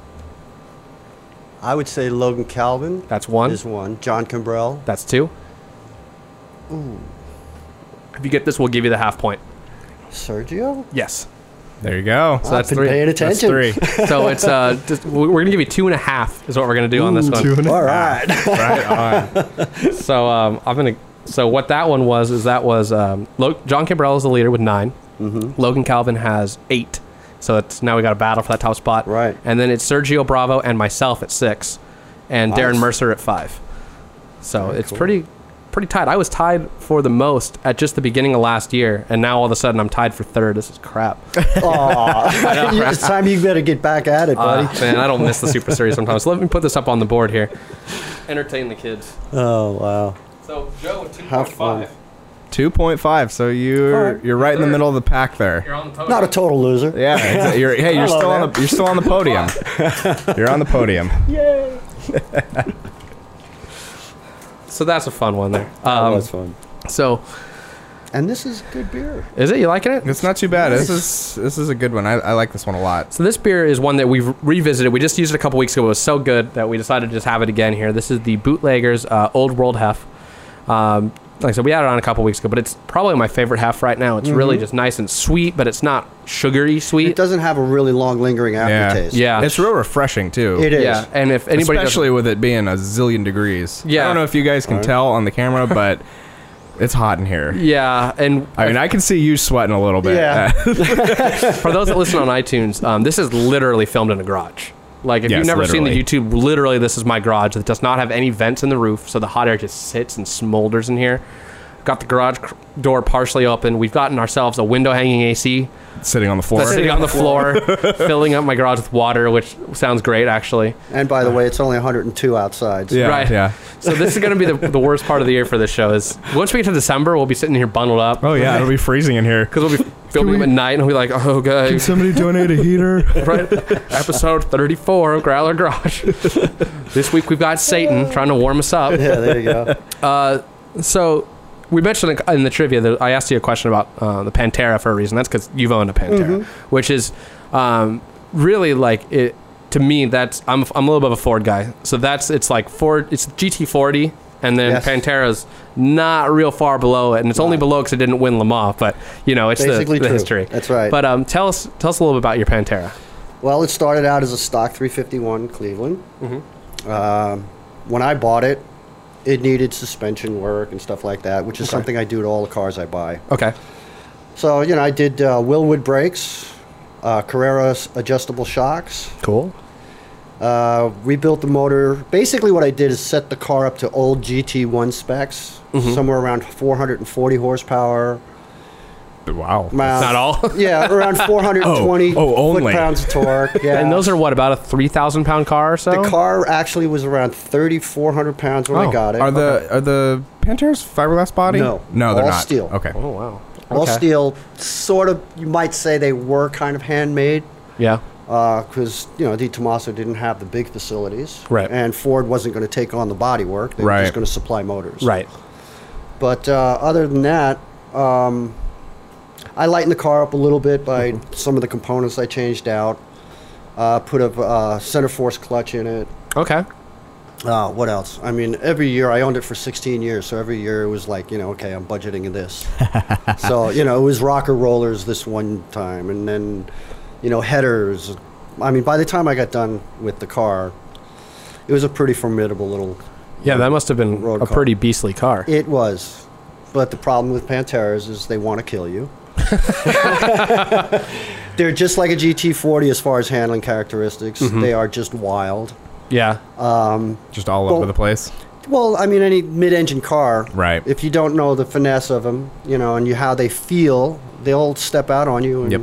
Speaker 2: I would say Logan Calvin
Speaker 1: That's one.
Speaker 2: is one. John Cambrell.
Speaker 1: That's two. If you get this, we'll give you the half point.
Speaker 2: Sergio?
Speaker 1: Yes.
Speaker 3: There you go.
Speaker 1: So that's
Speaker 2: I've been
Speaker 1: three.
Speaker 2: paying
Speaker 3: That's
Speaker 2: attention.
Speaker 3: three.
Speaker 1: So it's
Speaker 2: <laughs>
Speaker 1: uh, just, we're we're gonna give you two and a half is what we're gonna do on this one.
Speaker 2: All right.
Speaker 1: <laughs>
Speaker 3: right on.
Speaker 1: So um, I'm gonna. So what that one was is that was um, Lo- John Cabral is the leader with 9
Speaker 2: Mm-hmm.
Speaker 1: Logan Calvin has eight. So it's now we got a battle for that top spot.
Speaker 2: Right.
Speaker 1: And then it's Sergio Bravo and myself at six, and Darren
Speaker 2: Nice.
Speaker 1: Mercer at five. So
Speaker 2: Very
Speaker 1: it's
Speaker 2: cool.
Speaker 1: pretty pretty tight. I was tied for the most at just the beginning of last year, and now all of a sudden I'm tied for third. This is
Speaker 2: <laughs>
Speaker 1: crap.
Speaker 2: <laughs> Aw.
Speaker 1: <laughs>
Speaker 2: it's time you better get back at it, buddy.
Speaker 1: Ah, man, I don't miss the Super Series sometimes. Let me put this up on the board here. Entertain the kids.
Speaker 2: oh, wow.
Speaker 1: So Joe, two
Speaker 2: Have fun.
Speaker 3: <laughs> Two point five. So
Speaker 2: All
Speaker 3: you're
Speaker 2: right.
Speaker 3: you're right in the
Speaker 1: Third.
Speaker 3: middle of the pack there.
Speaker 1: You're on the podium.
Speaker 2: Not a total
Speaker 1: <laughs>
Speaker 2: loser.
Speaker 3: Yeah. exa- You're, hey,
Speaker 2: Hello,
Speaker 3: you're still on
Speaker 2: man.
Speaker 3: the you're still on the
Speaker 1: <laughs>
Speaker 3: podium. You're on the podium.
Speaker 1: So that's a fun one there.
Speaker 2: That
Speaker 1: Um,
Speaker 2: was fun.
Speaker 1: so
Speaker 2: And this is good beer.
Speaker 1: is it you liking it?
Speaker 3: It's not too bad.
Speaker 2: Nice.
Speaker 3: This is this is a good one. I, I like this one a lot.
Speaker 1: So this beer is one that we've revisited. We just used it a couple weeks ago. It was so good that we decided to just have it again here. This is the Bootleggers uh, Old World Hef. Um, like I said, we had it on a couple weeks ago, but it's probably my favorite hef right now. It's really just nice and sweet, but it's not sugary
Speaker 2: Mm-hmm. It
Speaker 1: sweet.
Speaker 2: doesn't have a really long lingering aftertaste.
Speaker 1: Yeah.
Speaker 3: It's real refreshing too.
Speaker 2: It is.
Speaker 1: yeah, and if anybody doesn't-
Speaker 3: especially with it being a zillion degrees.
Speaker 1: Yeah.
Speaker 3: I don't know if you guys can
Speaker 2: Alright.
Speaker 3: tell on the
Speaker 1: <laughs>
Speaker 3: camera, but it's hot in here.
Speaker 1: yeah, and
Speaker 3: I mean, I can see you sweating a little bit. uh,
Speaker 2: Yeah.
Speaker 1: for those that listen on iTunes, um, this is literally filmed in a garage. Like if
Speaker 3: Yes,
Speaker 1: you've never
Speaker 3: literally.
Speaker 1: seen the YouTube, literally this is my garage that does not have any vents in the roof, so the hot air just sits and smolders in here. Got the garage cr- door partially open. We've gotten ourselves a window hanging AC
Speaker 3: <laughs> sitting on the floor.
Speaker 1: that's sitting on the floor, filling up my garage with water, which sounds great actually.
Speaker 2: And by the way, it's only 102 outside. so-
Speaker 3: Yeah,
Speaker 1: Right.
Speaker 3: yeah.
Speaker 1: So this is going to be the, the worst part of the year for this show. Is once we get to December, we'll be sitting here bundled up
Speaker 3: Oh yeah, it'll be freezing in here.
Speaker 1: because we'll be filming
Speaker 3: we-
Speaker 1: at night and we'll be like, oh god,
Speaker 3: somebody donate a heater?
Speaker 1: right? Episode 34 of Growler
Speaker 2: <laughs>
Speaker 1: Garage. this week we've got Satan trying to warm us up.
Speaker 2: <laughs> Yeah, there you go.
Speaker 1: Uh, so we mentioned in the trivia that I asked you a question about uh, the Pantera for a reason. That's because you've owned a Pantera,
Speaker 2: Mm-hmm.
Speaker 1: which is um, really like it. To me, that's I'm, I'm a little bit of a Ford guy, so that's it's like Ford. It's GT40, and then
Speaker 2: Yes.
Speaker 1: Pantera's not real far below it, and it's only
Speaker 2: Right.
Speaker 1: below because it didn't win Lamar. But you know, it's the-
Speaker 2: Basically
Speaker 1: the,
Speaker 2: true.
Speaker 1: history.
Speaker 2: That's right.
Speaker 1: But um, tell us tell us a little bit about your Pantera.
Speaker 2: Well, it started out as a stock 351 Cleveland.
Speaker 1: Mm-hmm.
Speaker 2: Um, when I bought it, it needed suspension work and stuff like that, which is something I do to all the cars I buy.
Speaker 1: Okay.
Speaker 2: So, you know, I did uh, Willwood brakes, uh, Carrera's adjustable shocks.
Speaker 1: Cool.
Speaker 2: Uh, rebuilt the motor. Basically, what I did is set the car up to old GT1 specs,
Speaker 1: Mm-hmm.
Speaker 2: somewhere around 440 horsepower.
Speaker 3: <laughs> Wow.
Speaker 2: Around-
Speaker 1: Not all. oh,
Speaker 2: Yeah,
Speaker 1: <laughs>
Speaker 2: around 420
Speaker 3: Oh, oh, only.
Speaker 2: foot-pounds of torque. Yeah.
Speaker 1: And those are what about a three thousand pound car or so?
Speaker 2: The car actually was around 3,400 pounds when I
Speaker 1: Oh,
Speaker 2: got it.
Speaker 3: Are the are the Panteras fiberglass body?
Speaker 2: No.
Speaker 3: no, they're
Speaker 2: All
Speaker 3: not.
Speaker 2: steel.
Speaker 3: Okay.
Speaker 1: Oh wow.
Speaker 2: All
Speaker 1: Okay.
Speaker 2: steel, sort of, you might say they were kind of handmade
Speaker 1: Yeah.
Speaker 2: because, you know, Di Tomaso didn't have the big facilities.
Speaker 1: Right.
Speaker 2: And Ford wasn't going to take on the body work. They were
Speaker 3: Right.
Speaker 2: just going to supply motors.
Speaker 1: Right.
Speaker 2: But uh, other than that, um, I lightened the car up a little bit by
Speaker 1: Mm-hmm.
Speaker 2: some of the components I changed out. Uh, put a uh, center force clutch in it.
Speaker 1: Okay.
Speaker 2: Uh, what else? I mean, every year I owned it for 16 years, so every year it was like, you know, okay, I'm budgeting in this. so you know, it was rocker rollers this one time, and then, you know, headers. I mean, by the time I got done with the car, it was a pretty formidable little
Speaker 1: Yeah, that must have been
Speaker 2: Road
Speaker 1: a
Speaker 2: car.
Speaker 1: pretty beastly car.
Speaker 2: It was. But the problem with Panteras is they want to kill you. <laughs> They're just like a GT40 as far as handling characteristics. They are just wild.
Speaker 1: Yeah.
Speaker 2: Uh,
Speaker 3: Just all
Speaker 2: Well-
Speaker 3: over the place.
Speaker 2: Well, I mean, any mid-engine car,
Speaker 3: Right.
Speaker 2: If you don't know the finesse of them, you know, and you, how they feel, they'll step out on you. And
Speaker 3: Yep.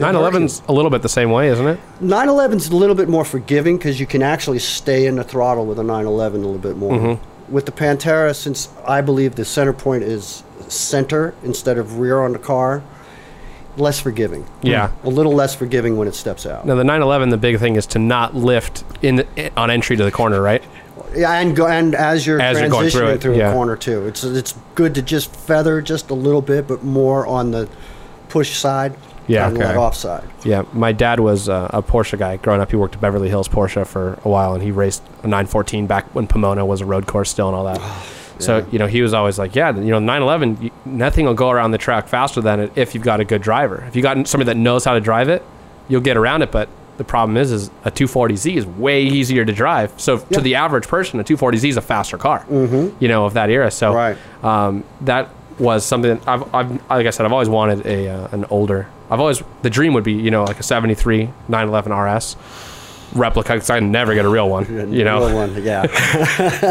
Speaker 1: 911's a little bit the same way, isn't it?
Speaker 2: 911's a little bit more forgiving because you can actually stay in the throttle with a 911 a little bit more.
Speaker 3: Mm-hmm.
Speaker 2: With the Pantera, since I believe the center point is center instead of rear on the car, less forgiving.
Speaker 1: Yeah.
Speaker 2: A little less forgiving when it steps out.
Speaker 1: Now the 911, the big thing is to not lift in the, on entry to the corner, right?
Speaker 2: Yeah, and go and as you're
Speaker 1: As
Speaker 2: transitioning
Speaker 1: you're going through
Speaker 2: through,
Speaker 1: it, yeah.
Speaker 2: a corner too, it's it's good to just feather just a little bit, but more on the push side,
Speaker 1: Yeah,
Speaker 2: and let
Speaker 3: okay.
Speaker 2: off side.
Speaker 1: Yeah. My dad was uh, a Porsche guy growing up. He worked at Beverly Hills Porsche for a while, and he raced a 914 back when Pomona was a road course still and all
Speaker 2: <sighs>
Speaker 1: that. So you know he was always like, yeah, you know, 911, you- nothing will go around the track faster than it if you've got a good driver. If you got somebody that knows how to drive it, you'll get around it. But the problem is, is a 240Z is way easier to drive. So
Speaker 2: Yeah.
Speaker 1: to the average person, a 240Z is a faster car. Mm-hmm. You know, of that era. So
Speaker 2: Right.
Speaker 1: um, that was something that I've, I've, like I said, I've always wanted a uh, an older. I've always the dream would be you know like a '73 911 RS replica because I never get a real
Speaker 2: <laughs>
Speaker 1: one. You know
Speaker 2: Little
Speaker 1: <laughs>
Speaker 2: one, yeah,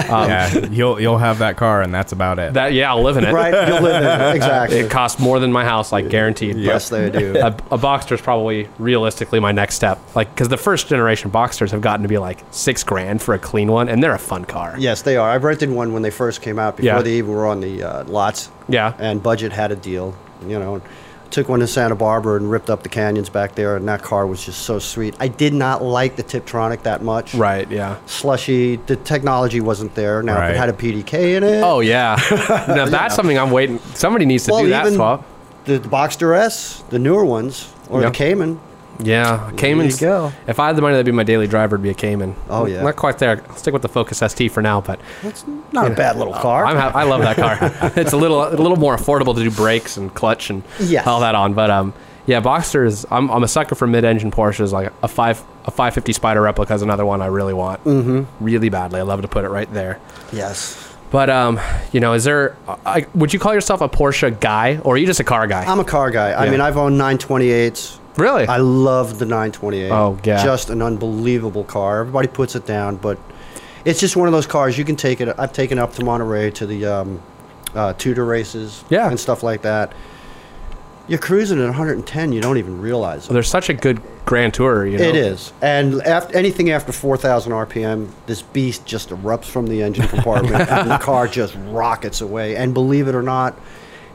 Speaker 2: um,
Speaker 3: yeah, <laughs> you'll you'll have that car, and that's about it.
Speaker 1: that yeah I'll live in it.
Speaker 2: right. You'll live in it.
Speaker 1: <laughs>
Speaker 2: exactly.
Speaker 1: It costs more than my house, like guaranteed.
Speaker 2: yes,
Speaker 1: <laughs>
Speaker 2: they do.
Speaker 1: A, a Boxster is probably realistically my next step, like because the first generation Boxsters have gotten to be like six grand for a clean one, and they're a fun car.
Speaker 2: yes, they are. I rented one when they first came out before
Speaker 1: Yeah.
Speaker 2: they even were on the uh, lots.
Speaker 1: Yeah.
Speaker 2: and budget had a deal. You know, and took one to Santa Barbara and ripped up the canyons back there, and that car was just so sweet. I did not like the Tiptronic that much.
Speaker 1: Right. Yeah.
Speaker 2: Slushy, the technology wasn't there. Now if
Speaker 3: Right.
Speaker 2: it had a PDK in it.
Speaker 1: Oh yeah.
Speaker 2: <laughs>
Speaker 1: now that's something I'm waiting. Somebody needs to do that swap.
Speaker 2: The, the Boxster S, the newer ones, or
Speaker 1: Yeah.
Speaker 2: the Cayman.
Speaker 1: Yeah, Cayman's.
Speaker 2: go.
Speaker 1: If I had the money, that'd be my daily driver. Would be a Cayman.
Speaker 2: Oh, yeah.
Speaker 1: not quite there. I'll stick with the Focus ST for now, but
Speaker 2: That's not a bad little car.
Speaker 1: Uh, I'm ha- I love that
Speaker 2: <laughs>
Speaker 1: car. <laughs> it's a little a little more affordable to do brakes and clutch and
Speaker 2: Yes.
Speaker 1: all that on. But um, yeah, Boxster is. I'm, I'm a sucker for mid-engine Porsches. Like a five a 550 Spider replica is another one I really want, mm-hmm. really badly. I love to put it right there.
Speaker 2: yes.
Speaker 1: But um, you know, is there? I, would you call yourself a Porsche guy, or are you just a car guy?
Speaker 2: I'm a car guy. I
Speaker 1: Yeah.
Speaker 2: mean, I've owned 928s.
Speaker 1: really?
Speaker 2: I love the 928.
Speaker 1: Oh, yeah.
Speaker 2: Just an unbelievable car. Everybody puts it down, but it's just one of those cars you can take it. I've taken it up to Monterey to the um, uh, Tudor races
Speaker 1: Yeah.
Speaker 2: and stuff like that. You're cruising at 110, you don't even realize it.
Speaker 1: Well, There's such a good Grand Tour. You know?
Speaker 2: It is, and after, anything after 4,000 RPM, this beast just erupts from the engine compartment, and
Speaker 1: <laughs>
Speaker 2: the car just rockets away. And believe it or not,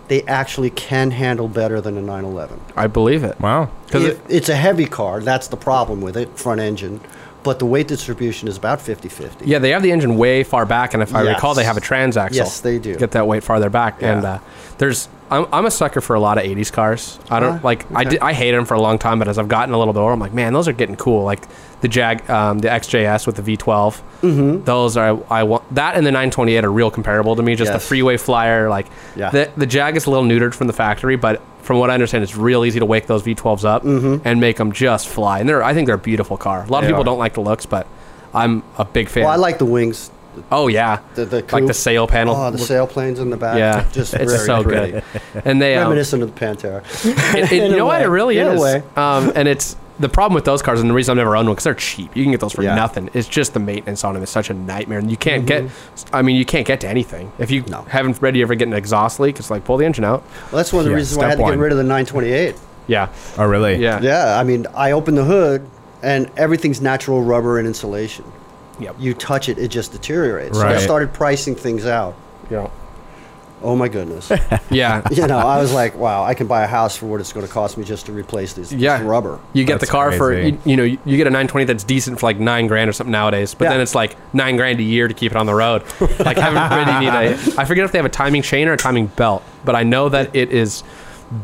Speaker 2: they actually can handle better than a 911.
Speaker 1: I believe it.
Speaker 3: Wow.
Speaker 1: Because
Speaker 2: If- it's a heavy car, that's the problem with it, front engine. But the weight distribution is about 50-50.
Speaker 1: Yeah, they have the engine way far back, and if I
Speaker 2: Yes.
Speaker 1: recall, they have a transaxle.
Speaker 2: Yes, they do.
Speaker 1: Get that weight farther back, and
Speaker 2: Yeah.
Speaker 1: uh, there's I'm, I'm a sucker for a lot of '80s cars. I don't
Speaker 2: Ah,
Speaker 1: like I
Speaker 2: okay.
Speaker 1: did, I hated them for a long time, but as I've gotten a little bit older, I'm like, man, those are getting cool. Like the Jag, um, the XJS with the V12. Mm-hmm. Those are I want that and the 928 are real comparable to me. Just
Speaker 2: Yes.
Speaker 1: the freeway flyer, like
Speaker 2: Yeah.
Speaker 1: the the Jag is a little neutered from the factory, but. From what I understand, it's real easy to wake those V12s up
Speaker 2: Mm-hmm.
Speaker 1: and make them just fly. And they're, I think they're a beautiful car. A lot of
Speaker 3: They
Speaker 1: people
Speaker 3: are.
Speaker 1: don't like the looks, but I'm a big fan.
Speaker 2: Well, I like the wings,
Speaker 1: Oh yeah,
Speaker 2: the, the
Speaker 1: like the
Speaker 2: coupe.
Speaker 1: sail panel.
Speaker 2: Oh, the sailplanes in the back.
Speaker 1: yeah,
Speaker 2: <laughs> just
Speaker 1: it's
Speaker 2: very
Speaker 1: so
Speaker 2: pretty.
Speaker 1: good. And they, um, it,
Speaker 2: Reminiscent of the Pantera.
Speaker 1: it, you
Speaker 2: In a
Speaker 1: know what,
Speaker 2: way.
Speaker 1: it really
Speaker 2: In a
Speaker 1: is.
Speaker 2: way.
Speaker 1: Um, and it's the problem with those cars, and the reason I've never owned one because they're cheap. You can get those for
Speaker 2: Yeah.
Speaker 1: nothing. It's just the maintenance on them is such a nightmare, and you can't get. I mean, you can't get to anything if you
Speaker 2: Mm-hmm. No.
Speaker 1: haven't read you ever get an exhaust leak. It's like pull the engine out.
Speaker 2: Well, that's one of the
Speaker 3: Yeah,
Speaker 2: reasons why I
Speaker 3: step
Speaker 2: had to
Speaker 3: one.
Speaker 2: get rid of the 928.
Speaker 1: Yeah,
Speaker 3: Oh, really?
Speaker 1: yeah,
Speaker 2: Yeah, I mean, I open the hood and everything's natural rubber and insulation.
Speaker 1: Yep.
Speaker 2: You touch it, it just deteriorates. So I
Speaker 3: Right.
Speaker 2: started pricing things out.
Speaker 1: yeah,
Speaker 2: Oh my
Speaker 1: <laughs>
Speaker 2: goodness.
Speaker 1: yeah.
Speaker 2: you know, I was like, wow, I can buy a house for what it's going to cost me just to replace these this
Speaker 1: Yeah.
Speaker 2: rubber.
Speaker 1: You get
Speaker 3: That's
Speaker 1: the car for
Speaker 3: crazy.
Speaker 1: you, you know you you get a 920 that's decent for like nine grand or something nowadays, but
Speaker 2: Yeah.
Speaker 1: then it's like nine grand a year to keep it on the
Speaker 3: <laughs>
Speaker 1: road. Like haven't really need a. I forget if they have a timing chain or a timing belt, but I know that it is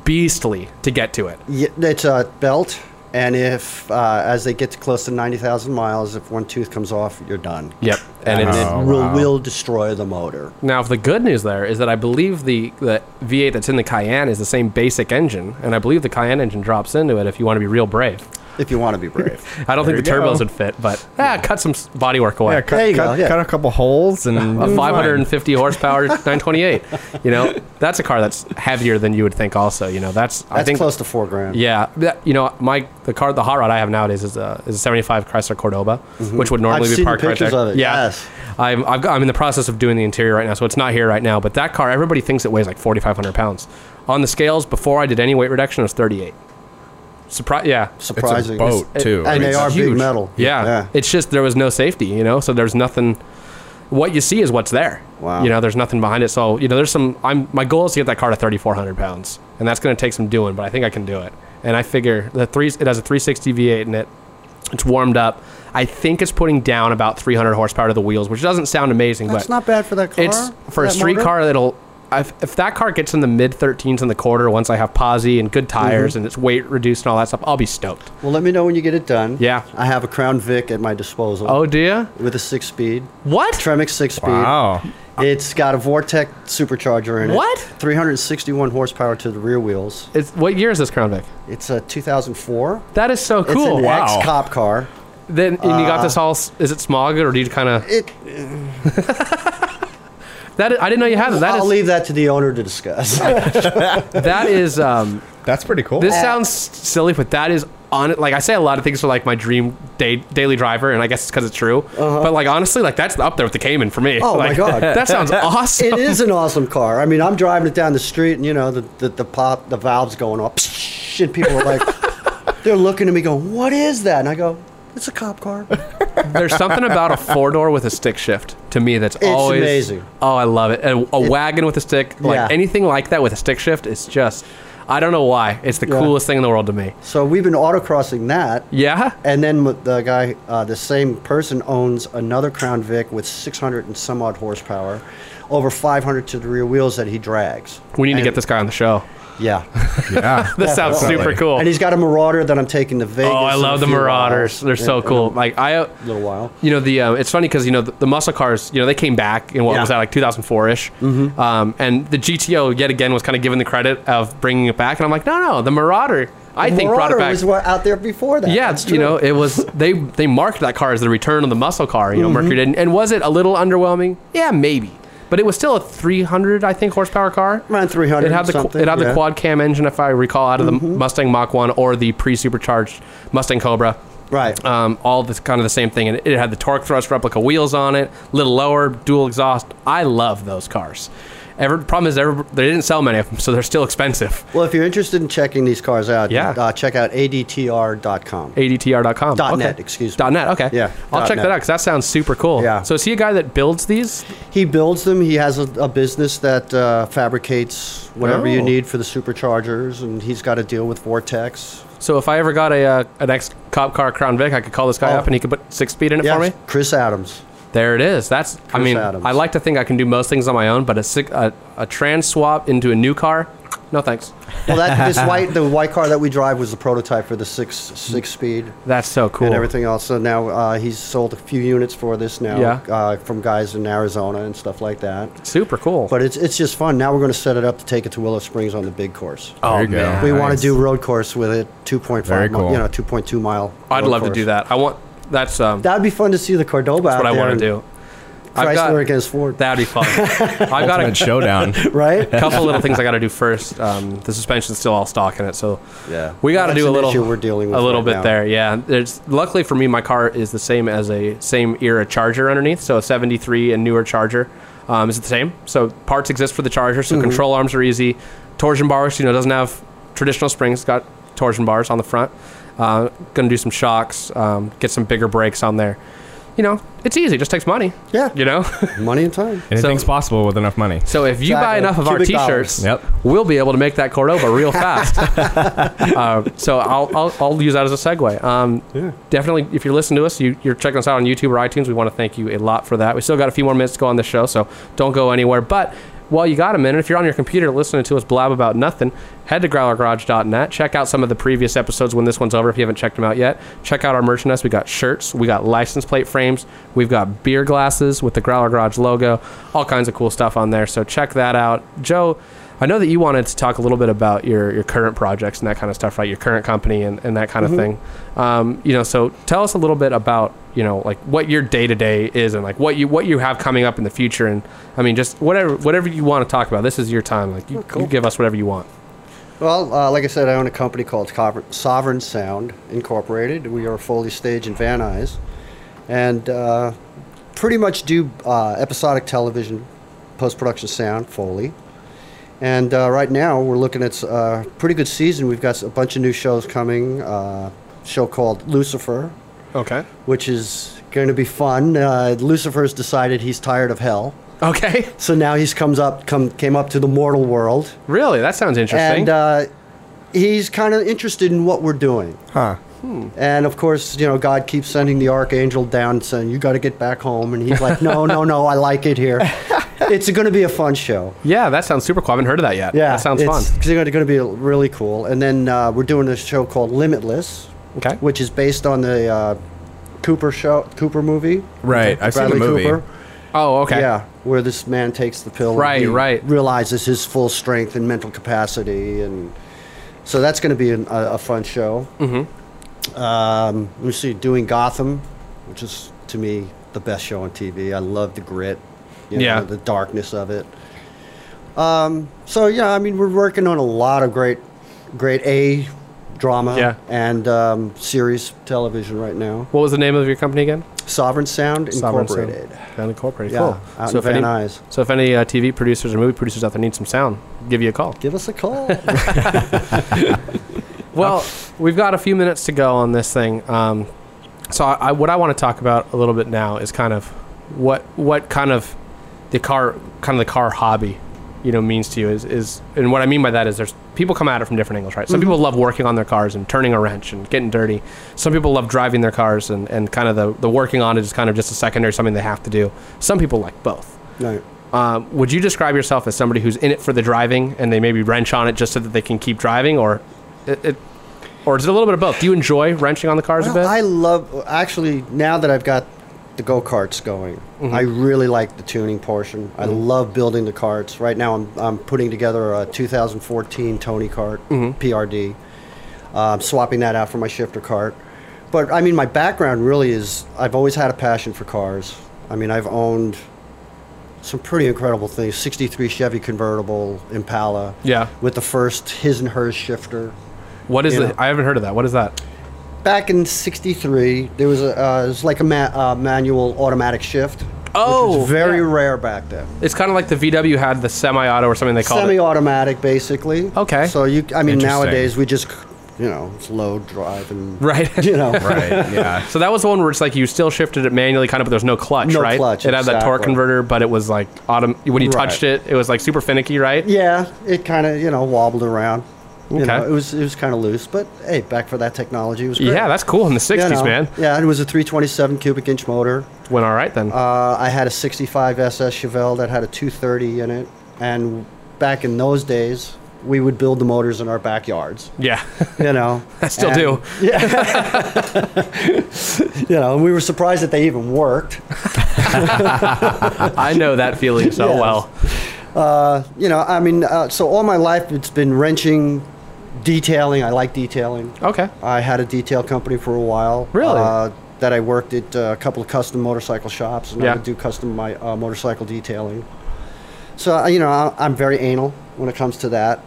Speaker 1: beastly to get to it.
Speaker 2: Yeah, it's a belt, and if uh, as they get to close to ninety thousand miles, if one tooth comes off, you're done.
Speaker 1: Yep, and it's
Speaker 3: Oh,
Speaker 2: will
Speaker 3: wow.
Speaker 2: will destroy the motor.
Speaker 1: Now, the good news there is that I believe the, the V8 that's in the Cayenne is the same basic engine, and I believe the Cayenne engine drops into it if you want to be real brave.
Speaker 2: If you want to be brave,
Speaker 1: <laughs> I don't
Speaker 3: There
Speaker 1: think the
Speaker 3: you go.
Speaker 1: turbos would fit, but ah, cut some s- bodywork away.
Speaker 3: Yeah, cut,
Speaker 2: There you
Speaker 3: cut,
Speaker 2: go, yeah.
Speaker 3: cut a couple holes and
Speaker 1: a 550 horsepower 928. You know, that's a car that's heavier than you would think. Also, you know, that's, I
Speaker 2: that's
Speaker 1: think
Speaker 2: close to four grand.
Speaker 1: Yeah, that, you know, my the car, the hot rod I have nowadays is a is a '75 Chrysler Cordoba, which would normally
Speaker 2: Mm-hmm. I've
Speaker 1: be
Speaker 2: seen
Speaker 1: parked
Speaker 2: pictures
Speaker 1: right there.
Speaker 2: of it,
Speaker 1: Yeah,
Speaker 2: yes.
Speaker 1: I'm I've got, I'm in the process of doing the interior right now, so it's not here right now. But that car, everybody thinks it weighs like 4,500 pounds. On the scales, before I did any weight reduction, it was 38. Surprise! Yeah,
Speaker 3: It's
Speaker 2: surprising.
Speaker 3: a boat too.
Speaker 2: and they
Speaker 1: It's
Speaker 2: are big
Speaker 1: huge.
Speaker 2: metal.
Speaker 1: Yeah. It's just there was no safety, you know, so there's nothing what you see is what's there.
Speaker 2: Wow.
Speaker 1: You know, there's nothing behind it. So, you know, there's some I'm my goal is to get that car to thirty four hundred pounds. And that's gonna take some doing, but I think I can do it. And I figure the three it has a three sixty V eight in it. It's warmed up. I think it's putting down about three hundred horsepower to the wheels, which doesn't sound amazing,
Speaker 2: that's
Speaker 1: but
Speaker 2: not bad for that car.
Speaker 1: it's for a
Speaker 2: that
Speaker 1: street
Speaker 2: motor.
Speaker 1: car that'll. If, if that car gets in the mid 13s in the quarter, once I have posi and
Speaker 2: Mm-hmm.
Speaker 1: good tires and it's weight reduced and all that stuff, I'll be stoked.
Speaker 2: Well, let me know when you get it done.
Speaker 1: Yeah.
Speaker 2: I have a Crown Vic at my disposal.
Speaker 1: Oh dear,
Speaker 2: with a six-speed
Speaker 1: what?
Speaker 2: Tremec six-speed.
Speaker 3: Wow.
Speaker 2: It's got a Vortec supercharger in it.
Speaker 1: What?
Speaker 2: 361 horsepower to the rear wheels.
Speaker 1: It's what year is this Crown Vic?
Speaker 2: It's a 2004.
Speaker 1: That is so
Speaker 2: It's Uh,
Speaker 1: cool.
Speaker 2: an
Speaker 3: Wow.
Speaker 2: ex-cop car.
Speaker 1: Then and you got this all. s- Is it smog or do you kind of
Speaker 2: It,
Speaker 1: that? is- I didn't know you had it. That
Speaker 2: I'll
Speaker 1: is
Speaker 2: leave that to the owner
Speaker 1: <laughs>
Speaker 2: to discuss.
Speaker 1: that is. Um,
Speaker 3: That's pretty
Speaker 1: <laughs>
Speaker 3: cool.
Speaker 1: this sounds silly, but that is on it. Like I say, a lot of things are like my dream day, daily driver, and I guess it's because it's true. But like honestly, like that's up there with the Cayman for me.
Speaker 2: Uh-huh. Oh, my
Speaker 1: Like, <laughs>
Speaker 2: God.
Speaker 1: that
Speaker 2: <laughs>
Speaker 1: sounds awesome.
Speaker 2: it is an awesome car. I mean, I'm driving it down the street, and you know the the, the pop, the valves going up, and people are
Speaker 1: <laughs>
Speaker 2: like, they're looking at me going, "What is that?" And I go, "It's a cop car."
Speaker 1: There's something about a four door with a stick shift to me that's always
Speaker 2: amazing.
Speaker 1: Oh, I love it. And a wagon with a stick, like
Speaker 2: Yeah.
Speaker 1: anything like that with a stick shift, is just. I don't know why. It's the
Speaker 2: Yeah.
Speaker 1: coolest thing in the world to me.
Speaker 2: So we've been autocrossing that,
Speaker 1: Yeah.
Speaker 2: and then with the guy, uh, the same person owns another Crown Vic with 600 and some odd horsepower, over 500 to the rear wheels that he drags.
Speaker 1: We need to
Speaker 2: And-
Speaker 1: get this guy on the show.
Speaker 2: <laughs> Yeah,
Speaker 3: yeah.
Speaker 1: This sounds super
Speaker 3: Definitely.
Speaker 1: cool.
Speaker 2: and he's got a Marauder that I'm taking to Vegas.
Speaker 1: Oh, I
Speaker 2: in a
Speaker 1: love the
Speaker 2: few
Speaker 1: Marauders.
Speaker 2: hours.
Speaker 1: They're so
Speaker 2: In- in
Speaker 1: cool. Like I, uh,
Speaker 2: A little while.
Speaker 1: you know, the uh, it's funny because you know the, the muscle cars. You know, they came back in what
Speaker 2: Yeah. Mm-hmm.
Speaker 1: was that like 2004 ish. Um, and the GTO yet again was kind of given the credit of bringing it back, and I'm like, no, no, the Marauder. I think brought
Speaker 2: Marauder
Speaker 1: it back.
Speaker 2: was wa- out there before that.
Speaker 1: Yeah,
Speaker 2: That's
Speaker 1: you
Speaker 2: true.
Speaker 1: know, it was they they marked that car as the return of the muscle car.
Speaker 2: Mm-hmm.
Speaker 1: You know, Mercury did, and was it a little underwhelming? Yeah, maybe, but it was still a 300, I think, horsepower car.
Speaker 2: Around 300
Speaker 1: It had the qu-
Speaker 2: something, Mm-hmm.
Speaker 1: it had the
Speaker 2: yeah.
Speaker 1: quad cam engine, if I recall, out of the Mustang Mach One or the pre supercharged Mustang Cobra.
Speaker 2: Right.
Speaker 1: Um, all this kind of the same thing, and it had the torque thrust replica wheels on it, little lower, dual exhaust. I love those cars. Ever problem is, ever they didn't sell many of them, so they're still expensive.
Speaker 2: Well, if you're interested in checking these cars out,
Speaker 1: Yeah.
Speaker 2: uh, check out adtr.com.
Speaker 1: adtr.com.
Speaker 2: Dot
Speaker 1: Okay.
Speaker 2: net, excuse me.
Speaker 1: Dot .net, okay.
Speaker 2: Yeah,
Speaker 1: I'll
Speaker 2: dot
Speaker 1: check that
Speaker 2: net.
Speaker 1: out because that sounds super cool.
Speaker 2: Yeah.
Speaker 1: So is he a guy that builds these?
Speaker 2: He builds them. He has a, a business that uh, fabricates whatever
Speaker 1: Oh.
Speaker 2: you need for the superchargers, and he's got to deal with Vortex.
Speaker 1: So if I ever got a uh, an ex cop car Crown Vic, I could call this guy
Speaker 2: Oh.
Speaker 1: up and he could put six speed in it for
Speaker 2: Yes,
Speaker 1: me.
Speaker 2: Chris Adams.
Speaker 1: There it is. That's I
Speaker 2: Chris
Speaker 1: mean
Speaker 2: Adams.
Speaker 1: I like to think I can do most things on my own, but a six, a, a trans swap into a new car, no thanks.
Speaker 2: Well,
Speaker 1: <laughs>
Speaker 2: that this white the white car that we drive was the prototype for the six six speed.
Speaker 1: That's so cool.
Speaker 2: And everything else. So now uh, he's sold a few units for this now
Speaker 1: Yeah.
Speaker 2: uh, from guys in Arizona and stuff like that.
Speaker 1: Super cool.
Speaker 2: But it's it's just fun. Now we're going to set it up to take it to Willow Springs on the big course.
Speaker 1: oh
Speaker 3: There you go.
Speaker 1: man,
Speaker 2: We want
Speaker 3: Nice.
Speaker 2: to do road course with it, 2.5
Speaker 3: Very
Speaker 2: mile,
Speaker 3: cool.
Speaker 2: you know, 2.2 mile.
Speaker 1: I'd
Speaker 2: road
Speaker 1: love to
Speaker 2: course.
Speaker 1: do that. I want that's um
Speaker 2: That would be fun to see the Cordoba.
Speaker 1: that's
Speaker 2: out
Speaker 1: what I
Speaker 2: there
Speaker 1: want
Speaker 2: and
Speaker 1: to do.
Speaker 2: Chrysler
Speaker 1: I've got
Speaker 2: against Ford,
Speaker 1: that'd be
Speaker 2: <laughs>
Speaker 1: fun. I've got a <laughs>
Speaker 3: Ultimate showdown.
Speaker 2: right?
Speaker 1: couple little things I got to do first. Um, the suspension's still all stock in it, so
Speaker 2: Yeah.
Speaker 1: we got to
Speaker 2: That's
Speaker 1: do a
Speaker 2: an
Speaker 1: little.
Speaker 2: issue we're dealing with
Speaker 1: a little
Speaker 2: right
Speaker 1: bit
Speaker 2: now.
Speaker 1: there. Yeah, there's luckily for me, my car is the same as a same era Charger underneath, so a '73 and newer Charger um, is the same. So parts exist for the Charger,
Speaker 2: Mm-hmm.
Speaker 1: so control arms are easy. Torsion bars, you know, doesn't have traditional springs. Got torsion bars on the front. Uh, gonna do some shocks, um, get some bigger brakes on there. You know, it's easy. Just takes money.
Speaker 2: Yeah.
Speaker 1: You know.
Speaker 2: <laughs>
Speaker 1: <laughs>
Speaker 2: Money and time.
Speaker 3: Anything's possible with enough money.
Speaker 1: So if you buy
Speaker 2: Exactly.
Speaker 1: enough of our
Speaker 2: Cubic
Speaker 1: T-shirts,
Speaker 2: dollars.
Speaker 3: Yep.
Speaker 1: we'll be able to make that Cordoba
Speaker 2: <laughs>
Speaker 1: real fast. uh, so I'll, I'll, I'll use that as a segue. Um, Definitely, if you're listening to us, you, you're checking us out on YouTube or iTunes. We want to thank you a lot for that. We still got a few more minutes to go on this show, so don't go anywhere. But while you got a minute, if you're on your computer listening to us blab about nothing, head to growlergarage.net. Check out some of the previous episodes when this one's over if you haven't checked them out yet. Check out our merchandise. We got shirts, we got license plate frames, we've got beer glasses with the Growler Garage logo, all kinds of cool stuff on there. So check that out. Joe, I know that you wanted to talk a little bit about your, your current projects and that kind of stuff, right? Your current company and, and that kind
Speaker 2: Mm-hmm.
Speaker 1: of thing. Um, you know, so tell us a little bit about, you know, like what your day to day is and like what you what you have coming up in the future and I mean just whatever whatever you want to talk about. This is your time. Like you,
Speaker 2: Oh, cool.
Speaker 1: you give us whatever you want.
Speaker 2: Well, uh, like I said, I own a company called Cover- Sovereign Sound Incorporated. We are Foley Stage in Van Nuys, and uh, pretty much do uh, episodic television, post production sound, Foley. And uh, right now, we're looking at a uh, pretty good season. We've got a bunch of new shows coming. Uh, show called Lucifer,
Speaker 1: Okay.
Speaker 2: which is going to be fun. Uh, Lucifer's decided he's tired of hell,
Speaker 1: Okay.
Speaker 2: so now he's comes up come came up to the mortal world
Speaker 1: <laughs> Really? That sounds interesting.
Speaker 2: and uh, he's kind of interested in what we're doing.
Speaker 3: Huh.
Speaker 2: And of course, you know, God keeps sending the archangel down saying, "You got to get back home." And he's like,
Speaker 3: <laughs>
Speaker 2: "No, no, no, I like it here. It's going to be a fun show."
Speaker 1: yeah, that sounds super cool. I haven't heard of that yet.
Speaker 2: Yeah,
Speaker 1: That sounds fun.
Speaker 2: it's, It's going to be really cool. And then uh, we're doing a show called Limitless,
Speaker 1: Okay.
Speaker 2: which is based on the uh, Cooper show, Cooper movie.
Speaker 3: Right. I've seen the movie.
Speaker 1: Oh, okay.
Speaker 2: Yeah, where this man takes the pill. and
Speaker 1: Right,
Speaker 2: he
Speaker 1: right.
Speaker 2: Realizes his full strength and mental capacity, and so that's going to be an, a, a fun show.
Speaker 1: Mm-hmm.
Speaker 2: Um, let me see, doing Gotham, which is to me the best show on TV. I love the grit, you know,
Speaker 1: Yeah.
Speaker 2: the darkness of it. Um, so yeah, I mean, we're working on a lot of great, great A drama
Speaker 1: Yeah.
Speaker 2: and um, series television right now.
Speaker 1: What was the name of your company again?
Speaker 2: Sovereign Sound
Speaker 1: Sovereign
Speaker 2: Incorporated.
Speaker 1: Sound. Sound Incorporated.
Speaker 2: Yeah,
Speaker 1: Cool.
Speaker 2: out
Speaker 1: so
Speaker 2: in
Speaker 1: if
Speaker 2: Van
Speaker 1: any,
Speaker 2: Nuys.
Speaker 1: so if any uh, TV producers or movie producers out there need some sound, give you a call.
Speaker 2: Give us a call.
Speaker 1: Well, we've got a few minutes to go on this thing. Um, so I, I, what I want to talk about a little bit now is kind of what what kind of the car kind of the car hobby you know means to you is is and what I mean by that is there's people come at it from different angles, right? Some people love working on their cars and turning a wrench and getting dirty. Some people love driving their cars and, and kind of the, the working on it is kind of just a secondary something they have to do. Some people like both.
Speaker 2: no.
Speaker 1: Um, would you describe yourself as somebody who's in it for the driving and they maybe wrench on it just so that they can keep driving, or it, it or is it a little bit of both? Do you enjoy wrenching on the cars
Speaker 2: Well, I
Speaker 1: a bit?
Speaker 2: love actually now that I've got the go karts going. I really like the tuning portion. I love building the carts. Right now, I'm I'm putting together a 2014 Tony cart PRD. Um, swapping that out for my shifter cart. But I mean, my background really is I've always had a passion for cars. I mean, I've owned some pretty incredible things 63 Chevy convertible, Impala.
Speaker 1: Yeah.
Speaker 2: With the first his and hers shifter
Speaker 1: what is
Speaker 2: you
Speaker 1: it?
Speaker 2: know.
Speaker 1: I haven't heard of that. What is that?
Speaker 2: back in '63, there was a uh, it was like a ma- uh, manual automatic shift. which
Speaker 1: Oh,
Speaker 2: was very
Speaker 1: yeah.
Speaker 2: rare back then.
Speaker 1: It's kind of like the VW had the semi-auto or something they called it.
Speaker 2: Semi-automatic, basically.
Speaker 1: Okay.
Speaker 2: So you, I mean,
Speaker 3: Interesting.
Speaker 2: nowadays we just, you know, it's load drive and
Speaker 1: <laughs> Right.
Speaker 2: <laughs> You know,
Speaker 3: Right. Yeah.
Speaker 1: So that was the one where it's like you still shifted it manually, kind of, but there's no clutch,
Speaker 2: No
Speaker 1: right?
Speaker 2: clutch,
Speaker 1: it had that torque
Speaker 2: exactly.
Speaker 1: converter, but it was like autom- when you
Speaker 2: Right.
Speaker 1: touched it, it was like super finicky, right?
Speaker 2: yeah, it kind of you know wobbled around. You
Speaker 1: Okay.
Speaker 2: know, it was it was kind of loose, but hey, back for that technology it was great.
Speaker 1: Yeah, that's cool in the
Speaker 2: You
Speaker 1: '60s,
Speaker 2: know,
Speaker 1: man.
Speaker 2: Yeah, and it was a 327 cubic inch motor.
Speaker 1: Went all right then.
Speaker 2: Uh, I had a 65 SS Chevelle that had a 230 in it, and back in those days, we would build the motors in our backyards.
Speaker 1: yeah,
Speaker 2: You know,
Speaker 1: <laughs> I still
Speaker 2: And- <laughs>
Speaker 1: do.
Speaker 2: You know, and we were surprised that they even worked.
Speaker 1: I know that feeling so
Speaker 2: <laughs> Yes.
Speaker 1: well.
Speaker 2: Uh, you know, I mean, uh, so all my life it's been wrenching, detailing. I like detailing.
Speaker 1: Okay.
Speaker 2: I had a detail company for a while.
Speaker 1: Really?
Speaker 2: Uh, that I worked at uh, a couple of custom motorcycle shops, and
Speaker 1: Yeah.
Speaker 2: I would do custom my uh, motorcycle detailing. So I- you know, I- I'm very anal when it comes to that.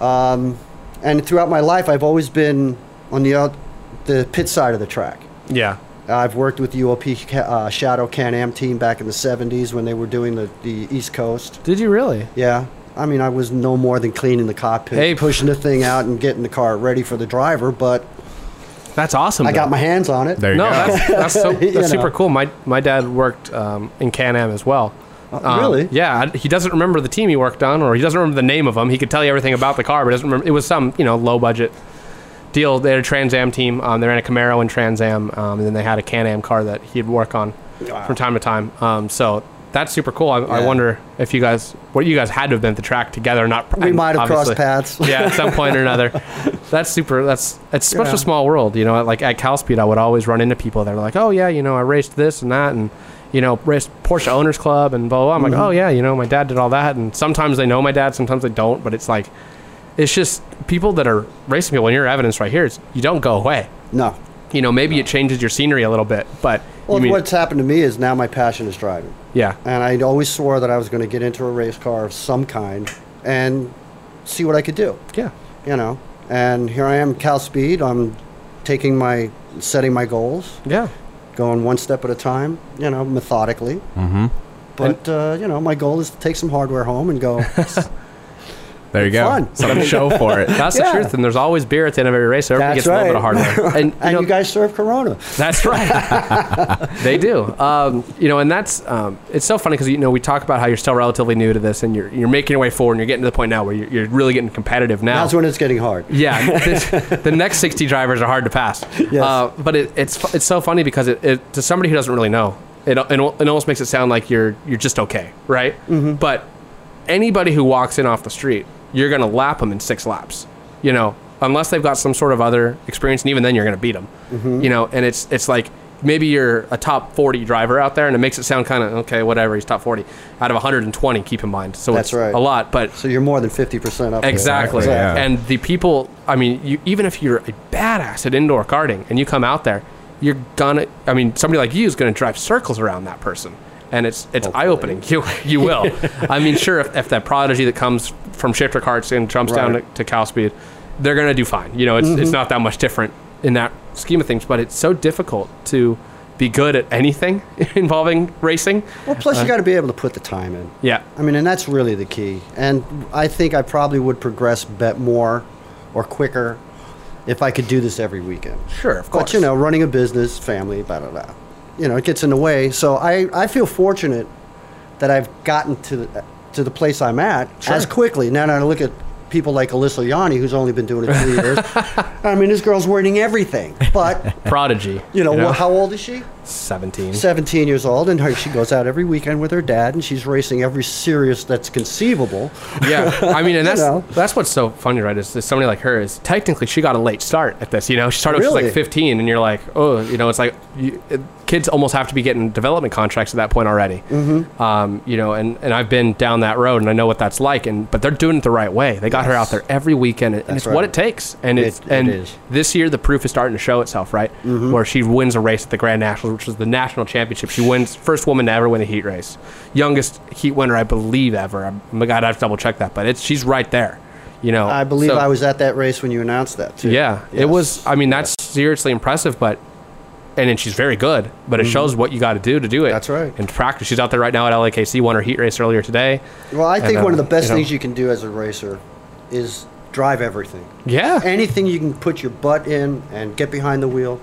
Speaker 2: Um, and throughout my life, I've always been on the out, the pit side of the track.
Speaker 1: Yeah.
Speaker 2: I've worked with the UOP ca- uh, Shadow Can Am team back in the '70s when they were doing the, the East Coast.
Speaker 1: Did you really?
Speaker 2: Yeah. I mean, I was no more than cleaning the cockpit,
Speaker 1: Hey.
Speaker 2: pushing the thing out, and getting the car ready for the driver. But
Speaker 1: That's awesome.
Speaker 2: I got
Speaker 1: though.
Speaker 2: my hands on it.
Speaker 3: There you
Speaker 1: No,
Speaker 2: <laughs>
Speaker 3: go.
Speaker 1: that's, that's, so,
Speaker 2: You
Speaker 1: that's super
Speaker 2: know.
Speaker 1: cool. My my dad worked um, in Can Am as well.
Speaker 2: Oh,
Speaker 1: Um,
Speaker 2: really?
Speaker 1: Yeah. I- He doesn't remember the team he worked on, or he doesn't remember the name of them. He could tell you everything about the car, but doesn't remember. It was some you know low budget deal. They had a Trans Am team. Um, they ran a Camaro and Trans Am, um, and then they had a Can Am car that he'd work on
Speaker 2: Wow.
Speaker 1: from time to time. Um, so that's super cool. I, I
Speaker 2: Yeah.
Speaker 1: wonder if you guys, what you guys had to have been at the track together, not
Speaker 2: We might have
Speaker 1: obviously.
Speaker 2: crossed paths. <laughs>
Speaker 1: yeah, at some point or another. That's super. That's it's such
Speaker 2: Yeah.
Speaker 1: a small world, you know. Like at Calspeed, I would always run into people that are like, "Oh yeah, you know, I raced this and that, and you know, raced Porsche Owners Club and blah blah." blah. I'm like,
Speaker 2: Mm-hmm.
Speaker 1: "Oh yeah, you know, my dad did all that." And sometimes they know my dad, sometimes they don't. But it's like, it's just people that are racing people. And your evidence right here is you don't go away.
Speaker 2: No.
Speaker 1: You know, maybe it changes your scenery a little bit, but
Speaker 2: Well,
Speaker 1: you mean,
Speaker 2: what's happened to me is now my passion is driving.
Speaker 1: yeah,
Speaker 2: And I always swore that I was going to get into a race car of some kind and see what I could do,
Speaker 1: yeah,
Speaker 2: you know. And here I am, Cal Speed. I'm taking my, setting my goals,
Speaker 1: yeah.
Speaker 2: going one step at a time, you know, methodically.
Speaker 3: Mm-hmm.
Speaker 2: But, uh, you know, my goal is to take some hardware home
Speaker 1: <laughs>
Speaker 2: and go,
Speaker 3: There you
Speaker 2: It's
Speaker 3: go.
Speaker 2: fun.
Speaker 3: Some show for it.
Speaker 1: That's
Speaker 2: Yeah.
Speaker 1: the truth, and there's always beer at the end of every race. So everybody gets
Speaker 2: That's
Speaker 1: a little
Speaker 2: right.
Speaker 1: bit of
Speaker 2: <laughs>
Speaker 1: hardware, and, you,
Speaker 2: and
Speaker 1: know,
Speaker 2: you guys serve Corona.
Speaker 1: That's right. <laughs> they do. Um, you know, and that's um, it's so funny because you know we talk about how you're still relatively new to this, and you're you're making your way forward, and you're getting to the point now where you're, you're really getting competitive now.
Speaker 2: That's when it's getting hard.
Speaker 1: yeah, this, the next sixty drivers are hard to pass.
Speaker 2: Yes.
Speaker 1: Uh, but it, it's fu- it's so funny because it, it to somebody who doesn't really know, it, it, al- it almost makes it sound like you're you're just okay, right?
Speaker 2: Mm-hmm.
Speaker 1: But anybody who walks in off the street, you're gonna lap them in six laps, you know, unless they've got some sort of other experience, and even then you're gonna beat them,
Speaker 2: Mm-hmm.
Speaker 1: you know. And it's it's like maybe you're a top 40 driver out there and it makes it sound kind of okay whatever he's top 40 out of 120 keep in mind so
Speaker 2: That's
Speaker 1: it's
Speaker 2: right.
Speaker 1: a lot but
Speaker 2: So you're more than 50% up
Speaker 1: Exactly.
Speaker 2: there.
Speaker 3: Exactly, yeah.
Speaker 1: And the people, I mean, you, even if you're a badass at indoor karting and you come out there, you're gonna. I mean, somebody like you is gonna drive circles around that person, and it's it's eye opening. <laughs> You you will. I mean, sure, if, if that prodigy that comes from shifter carts and jumps down to,
Speaker 2: Right. Mm-hmm.
Speaker 1: to cow speed, they're gonna do fine. You know, it's it's not that much different in that scheme of things. But it's so difficult to be good at anything <laughs> involving racing.
Speaker 2: Well, plus you got to be able to put the time in.
Speaker 1: Uh, Yeah.
Speaker 2: I mean, and that's really the key. And I think I probably would progress bet more or quicker if I could do this every weekend.
Speaker 1: Sure, of
Speaker 2: But you know, running a business, family, blah blah blah. You know, it gets in the way. So I, I feel fortunate that I've gotten to the, to the place I'm at as quickly. Now, now look at people like Alyssa Yanni, who's only been doing it
Speaker 1: <laughs>
Speaker 2: two years. I mean, this girl's winning everything. But
Speaker 1: prodigy.
Speaker 2: you know, wh- how old is she?
Speaker 1: seventeen.
Speaker 2: 17 years old, and her, she goes out every weekend with her dad, and she's racing every series that's conceivable.
Speaker 1: Yeah,
Speaker 2: <laughs>
Speaker 1: I mean, and that's
Speaker 2: know.
Speaker 1: that's what's so funny, right? Is, is somebody like her is technically she got a late start at this. You know, she started when she was
Speaker 2: Really?
Speaker 1: like 15, and you're like, oh, you know, it's like you, it, kids almost have to be getting development contracts at that point already. Mm-hmm. Um, you know, and and I've been down that road, and I know what that's like. And but they're doing it the right way. They got her out there every weekend, and, and
Speaker 2: That's
Speaker 1: it's what
Speaker 2: right.
Speaker 1: it takes. And
Speaker 2: It-
Speaker 1: it's
Speaker 2: it
Speaker 1: and
Speaker 2: is.
Speaker 1: this year the proof is starting to show itself, right?
Speaker 2: Mm-hmm.
Speaker 1: Where she wins a race at the Grand Nationals, which is the national championship. She wins first woman to ever win a heat race, youngest heat winner I believe ever. I'm, my God, I've double checked that, but it's she's right there. You know,
Speaker 2: I believe
Speaker 1: So,
Speaker 2: I was at that race when you announced that, too.
Speaker 1: Yeah, it
Speaker 2: Yes.
Speaker 1: was. I mean, that's seriously impressive, but. And then she's very good, but it shows what you got to do to do it.
Speaker 2: Mm-hmm. That's right.
Speaker 1: And practice. She's out there right now at LAKC. Won her heat race earlier today.
Speaker 2: Well, I think
Speaker 1: And, uh,
Speaker 2: one of the best
Speaker 1: you know.
Speaker 2: things you can do as a racer is drive everything.
Speaker 1: Yeah.
Speaker 2: Anything you can put your butt in and get behind the wheel,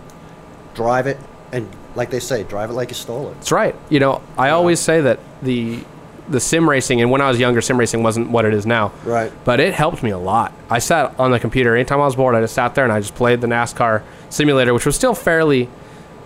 Speaker 2: drive it, and like they say, drive it like you stole it.
Speaker 1: That's right. You know, I always say that the the sim racing and when I was younger, sim racing wasn't what it is now.
Speaker 2: Right.
Speaker 1: But it helped me a lot. I sat on the computer anytime I was bored. I just sat there and I just played the NASCAR simulator, which was still fairly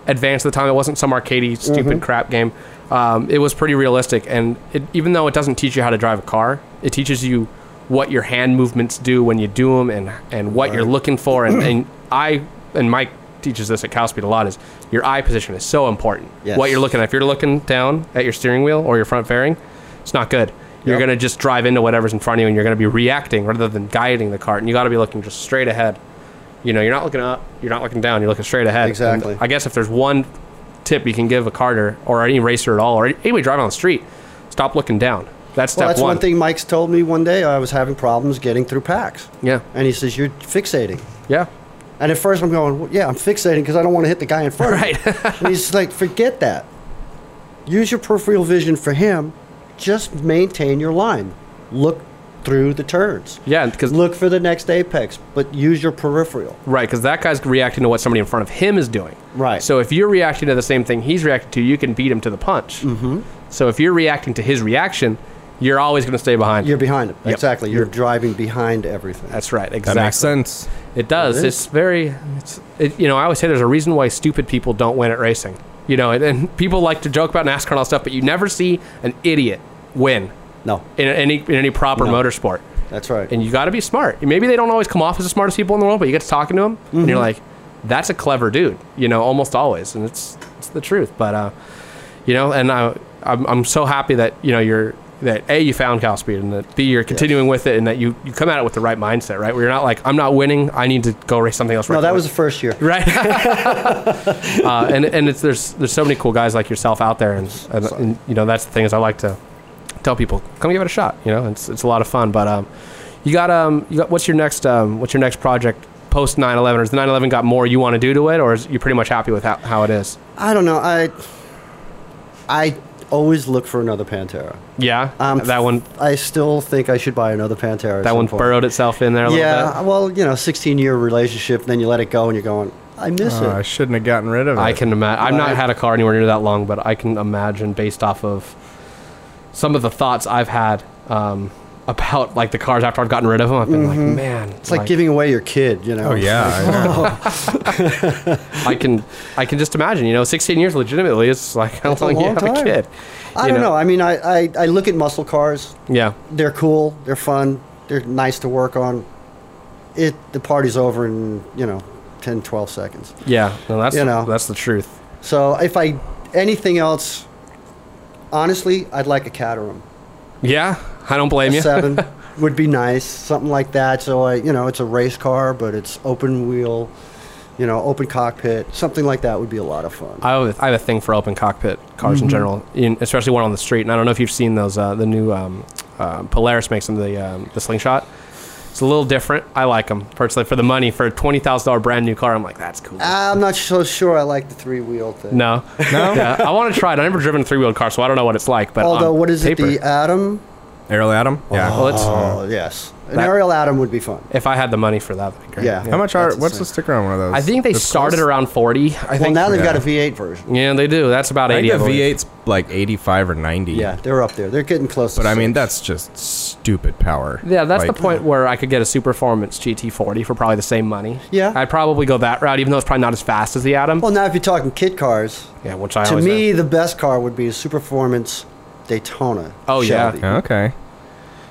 Speaker 1: advanced at the time. It wasn't some arcadey stupid
Speaker 2: Mm-hmm.
Speaker 1: crap game. Um, it was pretty realistic, and it, even though it doesn't teach you how to drive a car, it teaches you what your hand movements do when you do them, and and what you're looking for. And, and I and Mike teaches this at Cowspeed a lot is your eye position is so important. What
Speaker 2: Yes.
Speaker 1: you're looking at. If you're looking down at your steering wheel or your front fairing, it's not good. You're
Speaker 2: Yep.
Speaker 1: gonna just drive into whatever's in front of you, and you're gonna be reacting rather than guiding the cart. And you got to be looking just straight ahead. You know, you're not looking up, you're not looking down, you're looking straight ahead. And
Speaker 2: Exactly.
Speaker 1: I guess if there's one tip you can give a carter or any racer at all or anybody driving on the street, stop looking down. That's step
Speaker 2: well, that's
Speaker 1: one.
Speaker 2: one. thing Mike's told me one day. I was having problems getting through packs.
Speaker 1: Yeah,
Speaker 2: And he says, You're fixating.
Speaker 1: yeah,
Speaker 2: And at first I'm going, well, yeah, I'm fixating because I don't want to hit the guy in front. of me."
Speaker 1: <laughs> Right.
Speaker 2: and he's like, forget that. Use your peripheral vision for him. Just maintain your line. Look through the turns.
Speaker 1: yeah. Because
Speaker 2: Look for the next apex, but use your peripheral.
Speaker 1: Right, because that guy's reacting to what somebody in front of him is doing.
Speaker 2: Right.
Speaker 1: So if you're reacting to the same thing he's reacting to, you can beat him to the punch. Mm-hmm. So if you're reacting to his reaction, you're always going to stay behind.
Speaker 2: You're behind it.
Speaker 1: Yep.
Speaker 2: Exactly. You're
Speaker 1: You're-
Speaker 2: driving behind everything.
Speaker 1: That's right.
Speaker 3: That
Speaker 1: Exactly.
Speaker 3: makes sense.
Speaker 1: It does.
Speaker 2: It
Speaker 1: it's
Speaker 2: is.
Speaker 1: very. It's it, you know I always say there's a reason why stupid people don't win at racing. You know, and, and people like to joke about NASCAR and all stuff, but you never see an idiot win
Speaker 2: No,
Speaker 1: in any in any proper
Speaker 2: No.
Speaker 1: motorsport.
Speaker 2: that's right.
Speaker 1: And you got to be smart. Maybe they don't always come off as the smartest people in the world, but you get to talking to them, and
Speaker 2: Mm-hmm.
Speaker 1: you're like, "That's a clever dude," you know, almost always, and it's it's the truth. But uh, you know, and I I'm, I'm so happy that you know you're that a you found cow speed and that b you're continuing with it and that you you come at it with the right mindset, right? Where you're not like, "I'm not winning. I need to go race something else."
Speaker 2: no,
Speaker 1: right
Speaker 2: that
Speaker 1: now."
Speaker 2: was the first year.
Speaker 1: right <laughs> uh, and and it's there's there's so many cool guys like yourself out there and, and, and, you know that's the thing is i like to tell people come give it a shot you know it's it's a lot of fun but um you got um you got what's your next um what's your next project post 9-11 or is the 9-11 got more you want to do to it or is you pretty much happy with how, how it is
Speaker 2: I don't know. I I always look for another Pantera.
Speaker 1: yeah
Speaker 2: Um,
Speaker 1: that one
Speaker 2: I still think I should buy another Pantera. at
Speaker 1: that
Speaker 2: some
Speaker 1: one
Speaker 2: point.
Speaker 1: burrowed itself in there a little
Speaker 2: Yeah,
Speaker 1: bit
Speaker 2: well, you know, 16 year relationship, then you let it go and you're going, I miss
Speaker 3: Oh, I
Speaker 2: it.
Speaker 3: shouldn't have gotten rid of it.
Speaker 1: i can imagine i've not
Speaker 2: Right.
Speaker 1: had a car anywhere near that long but i can imagine based off of some of the thoughts i've had um about like the cars after I've gotten rid of them, I've been like, man,
Speaker 2: Mm-hmm. It's like, giving away your kid, you know?
Speaker 1: <laughs>
Speaker 3: Oh yeah.
Speaker 1: I can I can just imagine, you know, 16 years legitimately is like <laughs> how
Speaker 2: That's a
Speaker 1: long you
Speaker 2: long
Speaker 1: have a
Speaker 2: time.
Speaker 1: kid.
Speaker 2: I
Speaker 1: you
Speaker 2: don't
Speaker 1: know.
Speaker 2: know. I mean, I, I, I look at muscle cars.
Speaker 1: Yeah.
Speaker 2: They're cool. They're fun. They're nice to work on. It The party's over in, you know, 10, 12 seconds.
Speaker 1: Yeah. No, that's
Speaker 2: You know.
Speaker 1: that's the truth.
Speaker 2: So if I, anything else, honestly, I'd like a Caterham.
Speaker 1: Yeah. I don't blame
Speaker 2: A
Speaker 1: you. <laughs>
Speaker 2: seven would be nice, something like that. So I, you know, it's a race car, but it's open wheel, you know, open cockpit, something like that would be a lot of fun.
Speaker 1: I have, I have a thing for open cockpit cars
Speaker 2: Mm-hmm.
Speaker 1: in general, in, especially one on the street. And I don't know if you've seen those. Uh, the new um, uh, Polaris makes them the um, the slingshot. It's a little different. I like them personally for the money. For a twenty thousand dollar brand new car, I'm like, that's cool.
Speaker 2: I'm not so sure. I like the three wheel thing.
Speaker 1: no, no. <laughs> Yeah, I want to try it. I've never driven a three wheeled car, so I don't know what it's like. But on
Speaker 2: Although, what is
Speaker 1: paper,
Speaker 2: it? The Atom.
Speaker 3: Ariel Adam. Yeah.
Speaker 1: Well, it's-
Speaker 2: oh yes, an
Speaker 1: That-
Speaker 2: aerial Atom would be fun.
Speaker 1: if I had the money for that, that'd be great.
Speaker 2: Yeah.
Speaker 3: How much are?
Speaker 2: that's
Speaker 3: What's
Speaker 2: insane.
Speaker 3: the sticker on one of those?
Speaker 1: I think they
Speaker 3: That's
Speaker 1: started
Speaker 3: close.
Speaker 1: around 40. I
Speaker 2: Well,
Speaker 1: think.
Speaker 2: now they've got a
Speaker 3: yeah.
Speaker 2: V8 version.
Speaker 1: yeah, they do. That's about
Speaker 3: I
Speaker 1: 80.
Speaker 3: think the
Speaker 1: I believe.
Speaker 3: V8's like 85 or 90.
Speaker 2: Yeah, they're up there. They're getting close.
Speaker 3: But
Speaker 2: to
Speaker 3: I mean,
Speaker 2: six.
Speaker 3: that's just stupid power.
Speaker 1: Yeah, that's
Speaker 3: Like,
Speaker 1: the point where I could get a Superformance GT40 for probably the same money.
Speaker 2: Yeah.
Speaker 1: I'd probably go that route, even though it's probably not as fast as the Atom.
Speaker 2: well, now if you're talking kid cars,
Speaker 1: yeah, which I
Speaker 2: to
Speaker 1: always
Speaker 2: me the best car would be a Superformance Daytona.
Speaker 1: Oh, yeah.
Speaker 2: Chevy.
Speaker 3: Okay.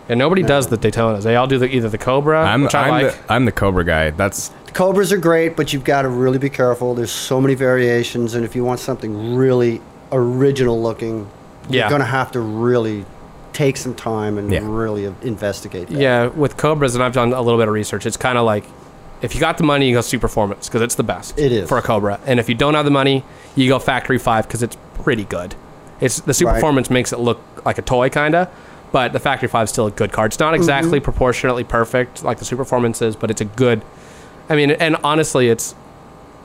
Speaker 1: and nobody does the Daytonas. They all do the, either the Cobra,
Speaker 3: I'm
Speaker 1: Uh, which I
Speaker 3: I'm,
Speaker 1: like.
Speaker 3: the, I'm the Cobra guy. That's
Speaker 2: Cobras are great, but you've got to really be careful. There's so many variations, and if you want something really original looking,
Speaker 1: Yeah.
Speaker 2: you're going to have to really take some time and
Speaker 3: Yeah.
Speaker 2: really investigate that.
Speaker 1: yeah, with Cobras, and I've done a little bit of research. It's kind of like if you got the money, you go Superformance because it's the best.
Speaker 2: It is.
Speaker 1: for a Cobra, and if you don't have the money, you go Factory Five because it's pretty good. It's the
Speaker 2: Right.
Speaker 1: Superformance makes it look like a toy kinda, but the Factory Five is still a good card.
Speaker 2: Mm-hmm.
Speaker 1: It's not exactly proportionately perfect like the Superformance is, but it's a good. I mean, and honestly, it's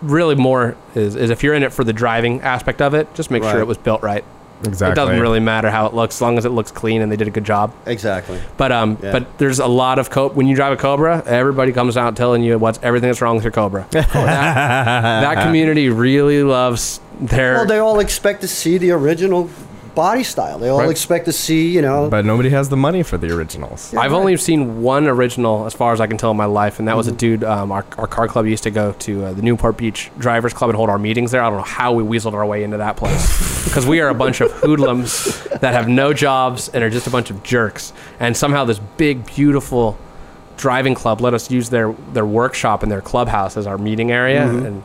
Speaker 1: really more is, is if you're in it for the driving aspect of it, just make sure
Speaker 2: Right.
Speaker 1: it was built right.
Speaker 3: exactly.
Speaker 1: It doesn't really matter how it looks, as long as it looks clean and they did a good job.
Speaker 2: Exactly.
Speaker 1: But um,
Speaker 2: Yeah.
Speaker 1: but there's a lot of co- when you drive a Cobra, everybody comes out telling you what's everything that's wrong with your Cobra. that, that community really loves their.
Speaker 2: Well, they all expect to see the original body style. They all
Speaker 1: Right.
Speaker 2: expect to see, you know,
Speaker 3: But nobody has the money for the originals.
Speaker 1: I've only seen one original, as far as I can tell, in my life, and that was a dude. Um, our, our car club used to go to uh, the Newport Beach Drivers Club and hold our meetings there. I don't know how we weaseled our way into that place because we are a bunch of hoodlums that have no jobs and are just a bunch of jerks. And somehow this big, beautiful driving club let us use their their workshop and their clubhouse as our meeting area and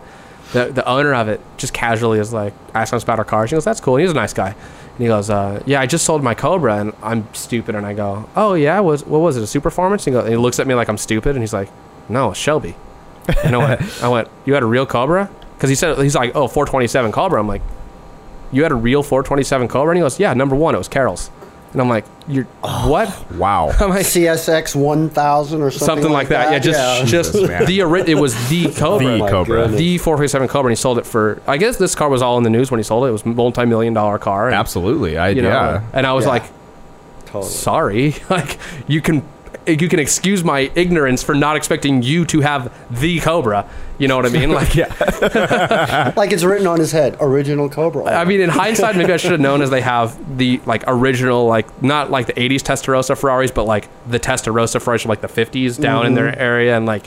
Speaker 1: the, the owner of it just casually is like asking us about our car. She goes, "That's cool." He's a nice guy, and he goes, uh, "Yeah, I just sold my Cobra, and I'm stupid." And I go, "Oh yeah, was what was it a Superformance?" And he, goes, and he looks at me like I'm stupid, and he's like, "No, it's Shelby." And I went, "I went, you had a real Cobra?" Because he said he's like, "Oh, 427 Cobra." I'm like, "You had a real 427 Cobra?" And he goes, "Yeah, number one, it was Carol's." And I'm like, "You're what?" <laughs>
Speaker 3: Wow.
Speaker 1: I'm like,
Speaker 2: CSX 1000 or something,
Speaker 1: something, like that. Yeah, just just
Speaker 3: Jesus,
Speaker 1: <laughs>
Speaker 3: man.
Speaker 1: the ori- it was the Cobra
Speaker 3: the
Speaker 2: my
Speaker 3: Cobra.
Speaker 2: goodness.
Speaker 1: the 447 Cobra, and he sold it for. I guess this car was all in the news when he sold it. It was a multi-million dollar car. and,
Speaker 3: Absolutely. I
Speaker 1: you know,
Speaker 3: yeah.
Speaker 1: And I was
Speaker 2: Yeah.
Speaker 1: like,
Speaker 2: Totally.
Speaker 1: sorry, <laughs> like you can, you can excuse my ignorance for not expecting you to have the Cobra. You know what I <laughs> mean? Like, yeah.
Speaker 2: Like it's written on his head, original Cobra.
Speaker 1: I mean, in hindsight, maybe I should have known as they have the like original, like not like the '80s Testarossa Ferraris, but like the Testarossa Ferraris from like the '50s down in their area, and like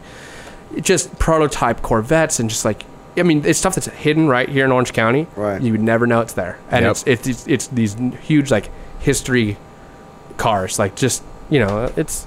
Speaker 1: just prototype Corvettes, and just like I mean, it's stuff that's hidden right here in Orange County.
Speaker 2: Right.
Speaker 1: You would never know it's there, and
Speaker 3: Yep.
Speaker 1: it's, it's it's it's these huge like history cars, like just you know, it's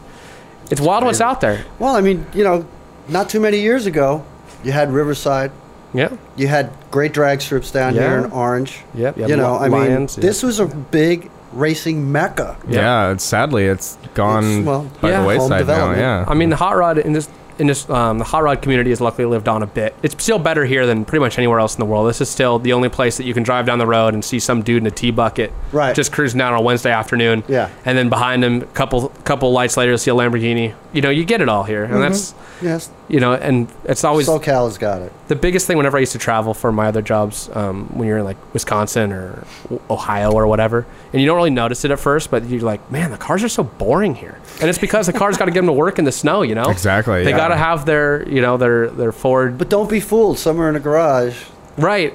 Speaker 1: it's wild what's out there.
Speaker 2: Well, I mean, you know, not too many years ago, you had Riverside.
Speaker 1: Yeah.
Speaker 2: You had great drag strips down here
Speaker 1: Yeah.
Speaker 2: in Orange.
Speaker 1: Yep.
Speaker 2: You,
Speaker 1: You had
Speaker 2: know,
Speaker 1: li-
Speaker 2: I mean,
Speaker 1: lions, yeah.
Speaker 2: this was a big racing mecca.
Speaker 1: Yeah.
Speaker 3: Yeah, it's sadly it's gone
Speaker 2: It's- well,
Speaker 3: by
Speaker 1: Yeah.
Speaker 3: the
Speaker 1: home
Speaker 3: wayside now.
Speaker 2: development.
Speaker 1: I
Speaker 3: Yeah,
Speaker 1: mean, the hot rod in this in this um, the hot rod community has luckily lived on a bit. It's still better here than pretty much anywhere else in the world. This is still the only place that you can drive down the road and see some dude in a tea bucket,
Speaker 2: Right.
Speaker 1: just cruising down on a Wednesday afternoon.
Speaker 2: Yeah.
Speaker 1: and then behind him, a couple couple lights later, you'll see a Lamborghini. You know, you get it all
Speaker 2: Mm-hmm.
Speaker 1: here, and that's
Speaker 2: Yes.
Speaker 1: you know, and it's always
Speaker 2: SoCal has got it.
Speaker 1: the biggest thing whenever I used to travel for my other jobs, um, when you're in like Wisconsin or O- Ohio or whatever, and you don't really notice it at first, but you're like, man, the cars are so boring here, and it's because the cars got to get them to work in the snow, you know?
Speaker 3: Exactly,
Speaker 1: They
Speaker 3: yeah.
Speaker 1: got to have their, you know, their their Ford.
Speaker 2: But don't be fooled. Somewhere in a garage. <laughs>
Speaker 1: right.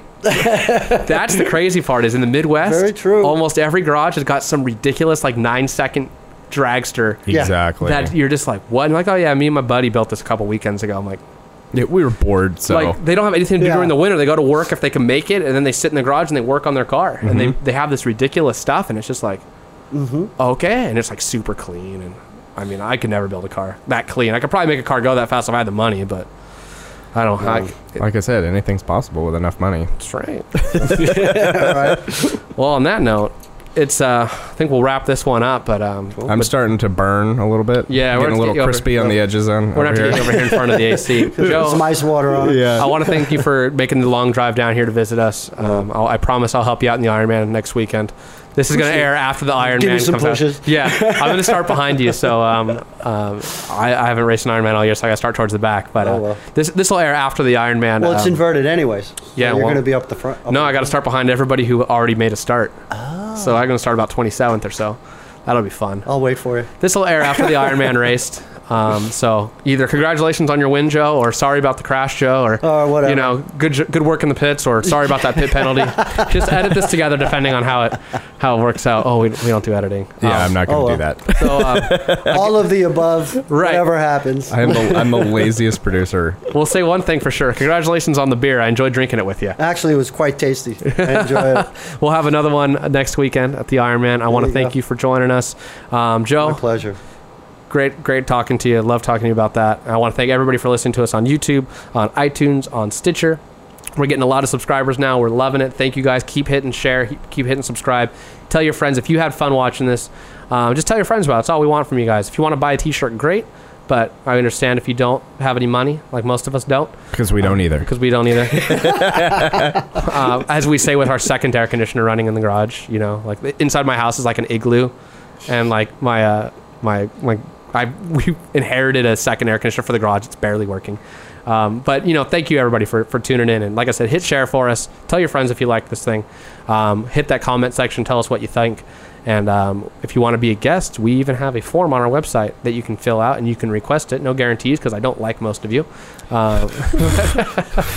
Speaker 1: That's the crazy part is in the Midwest.
Speaker 2: Very true.
Speaker 1: Almost every garage has got some ridiculous like nine second dragster.
Speaker 2: Yeah.
Speaker 3: exactly.
Speaker 1: That you're just like what? And like oh yeah, me and my buddy built this a couple weekends ago. I'm like,
Speaker 3: Yeah, we were bored, so
Speaker 1: Like they don't have anything to do
Speaker 2: Yeah.
Speaker 1: during the winter. They go to work if they can make it, and then they sit in the garage and they work on their car. And they, they have this ridiculous stuff, and it's just like,
Speaker 2: Mm-hmm.
Speaker 1: okay, and it's like super clean. And I mean, I could never build a car that clean. I could probably make a car go that fast if I had the money, but I don't. I,
Speaker 2: Mm.
Speaker 3: like I said, anything's possible with enough money.
Speaker 1: that's right.
Speaker 2: All <laughs> right.
Speaker 1: well, on that note, it's. Uh, I think we'll wrap this one up, but um,
Speaker 3: I'm starting to burn a little bit.
Speaker 1: Yeah, we're
Speaker 3: getting a
Speaker 1: gonna
Speaker 3: little
Speaker 1: get over-
Speaker 3: crispy on the edges. On
Speaker 1: we're not
Speaker 3: over
Speaker 1: getting
Speaker 3: here.
Speaker 1: over here in front of the AC.
Speaker 2: <laughs>
Speaker 1: Joe,
Speaker 2: Some ice water on it.
Speaker 1: I want to thank you for making the long drive down here to visit us. Um, I'll, I promise I'll help you out in the Ironman next weekend. This is going to air after the Ironman.
Speaker 2: Give me some
Speaker 1: comes out.
Speaker 2: pushes.
Speaker 1: Yeah, I'm going to start behind you. So um, um, I, I haven't raced an Ironman all year, so I got to start towards the back. But uh,
Speaker 2: Oh, well.
Speaker 1: this this will air after the Ironman.
Speaker 2: Well, it's
Speaker 1: um,
Speaker 2: inverted, anyways. So
Speaker 1: yeah,
Speaker 2: You're
Speaker 1: well-
Speaker 2: going to be up the front. up
Speaker 1: no,
Speaker 2: the-
Speaker 1: I got to start behind everybody who already made a start.
Speaker 2: Oh.
Speaker 1: So I'm going to start about 27th or so. That'll be fun.
Speaker 2: I'll wait for you.
Speaker 1: This will air after the Ironman <laughs> raced. Um, so either congratulations on your win, Joe, or sorry about the crash, Joe, or
Speaker 2: Or whatever.
Speaker 1: you know, good j- good work in the pits, or sorry about that pit
Speaker 2: <laughs>
Speaker 1: penalty. Just edit this together depending on how it how it works out. Oh, we, we don't do editing.
Speaker 3: Yeah,
Speaker 1: Um,
Speaker 3: I'm not gonna
Speaker 2: oh,
Speaker 3: do
Speaker 2: well.
Speaker 3: that.
Speaker 1: So um,
Speaker 2: All of the above.
Speaker 1: <laughs> Right.
Speaker 2: Whatever happens.
Speaker 3: I'm the, I'm the laziest producer.
Speaker 1: we'll say one thing for sure. Congratulations on the beer. I enjoyed drinking it with you.
Speaker 2: Actually, it was
Speaker 1: <laughs>
Speaker 2: quite tasty. I enjoy it.
Speaker 1: We'll have another one next weekend at the Ironman. I want to
Speaker 2: you
Speaker 1: thank
Speaker 2: go.
Speaker 1: you for joining us, um,
Speaker 2: My
Speaker 1: Joe.
Speaker 2: pleasure.
Speaker 1: great great talking to you love talking to you about that i want to thank everybody for listening to us on youtube on itunes on stitcher we're getting a lot of subscribers now we're loving it thank you guys keep hitting share he- keep hitting subscribe tell your friends if you had fun watching this um, just tell your friends about it that's all we want from you guys if you want to buy a t-shirt great but i understand if you don't have any money like most of us don't
Speaker 3: Because we don't either.
Speaker 1: because we don't either. <laughs> uh, as we say with our second air conditioner running in the garage, you know, like the- inside my house is like an igloo, and like my uh, my my I <laughs> we inherited a second air conditioner for the garage. It's barely working. Um, but you know, thank you everybody for, for tuning in. And like I said, hit share for us. Tell your friends if you like this thing. Um, hit that comment section. Tell us what you think. And um, if you want to be a guest, we even have a form on our website that you can fill out and you can request it. No guarantees because I don't like most of you. Um,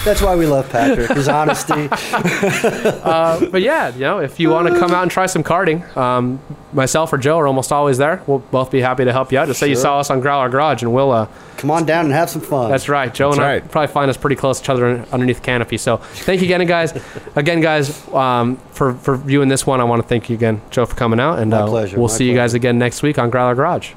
Speaker 2: That's why we love Patrick.
Speaker 1: <laughs>
Speaker 2: His honesty.
Speaker 1: Uh, but yeah, you know, if you want to come out and try some karting, um, myself or Joe are almost always there. We'll both be happy to help you out. Just say you
Speaker 2: Sure.
Speaker 1: saw us on Growler Garage, and we'll. Uh,
Speaker 2: Come on down and have some fun.
Speaker 1: that's right, Joe
Speaker 3: That's
Speaker 1: and I
Speaker 3: right.
Speaker 1: probably find us pretty close to each other in- underneath the canopy. So thank you again, guys. again, guys, um, for for viewing this one, I want to thank you again, Joe, for coming out, and
Speaker 2: My
Speaker 1: uh,
Speaker 2: pleasure,
Speaker 1: we'll
Speaker 2: my
Speaker 1: see you guys again next week on Growler Garage.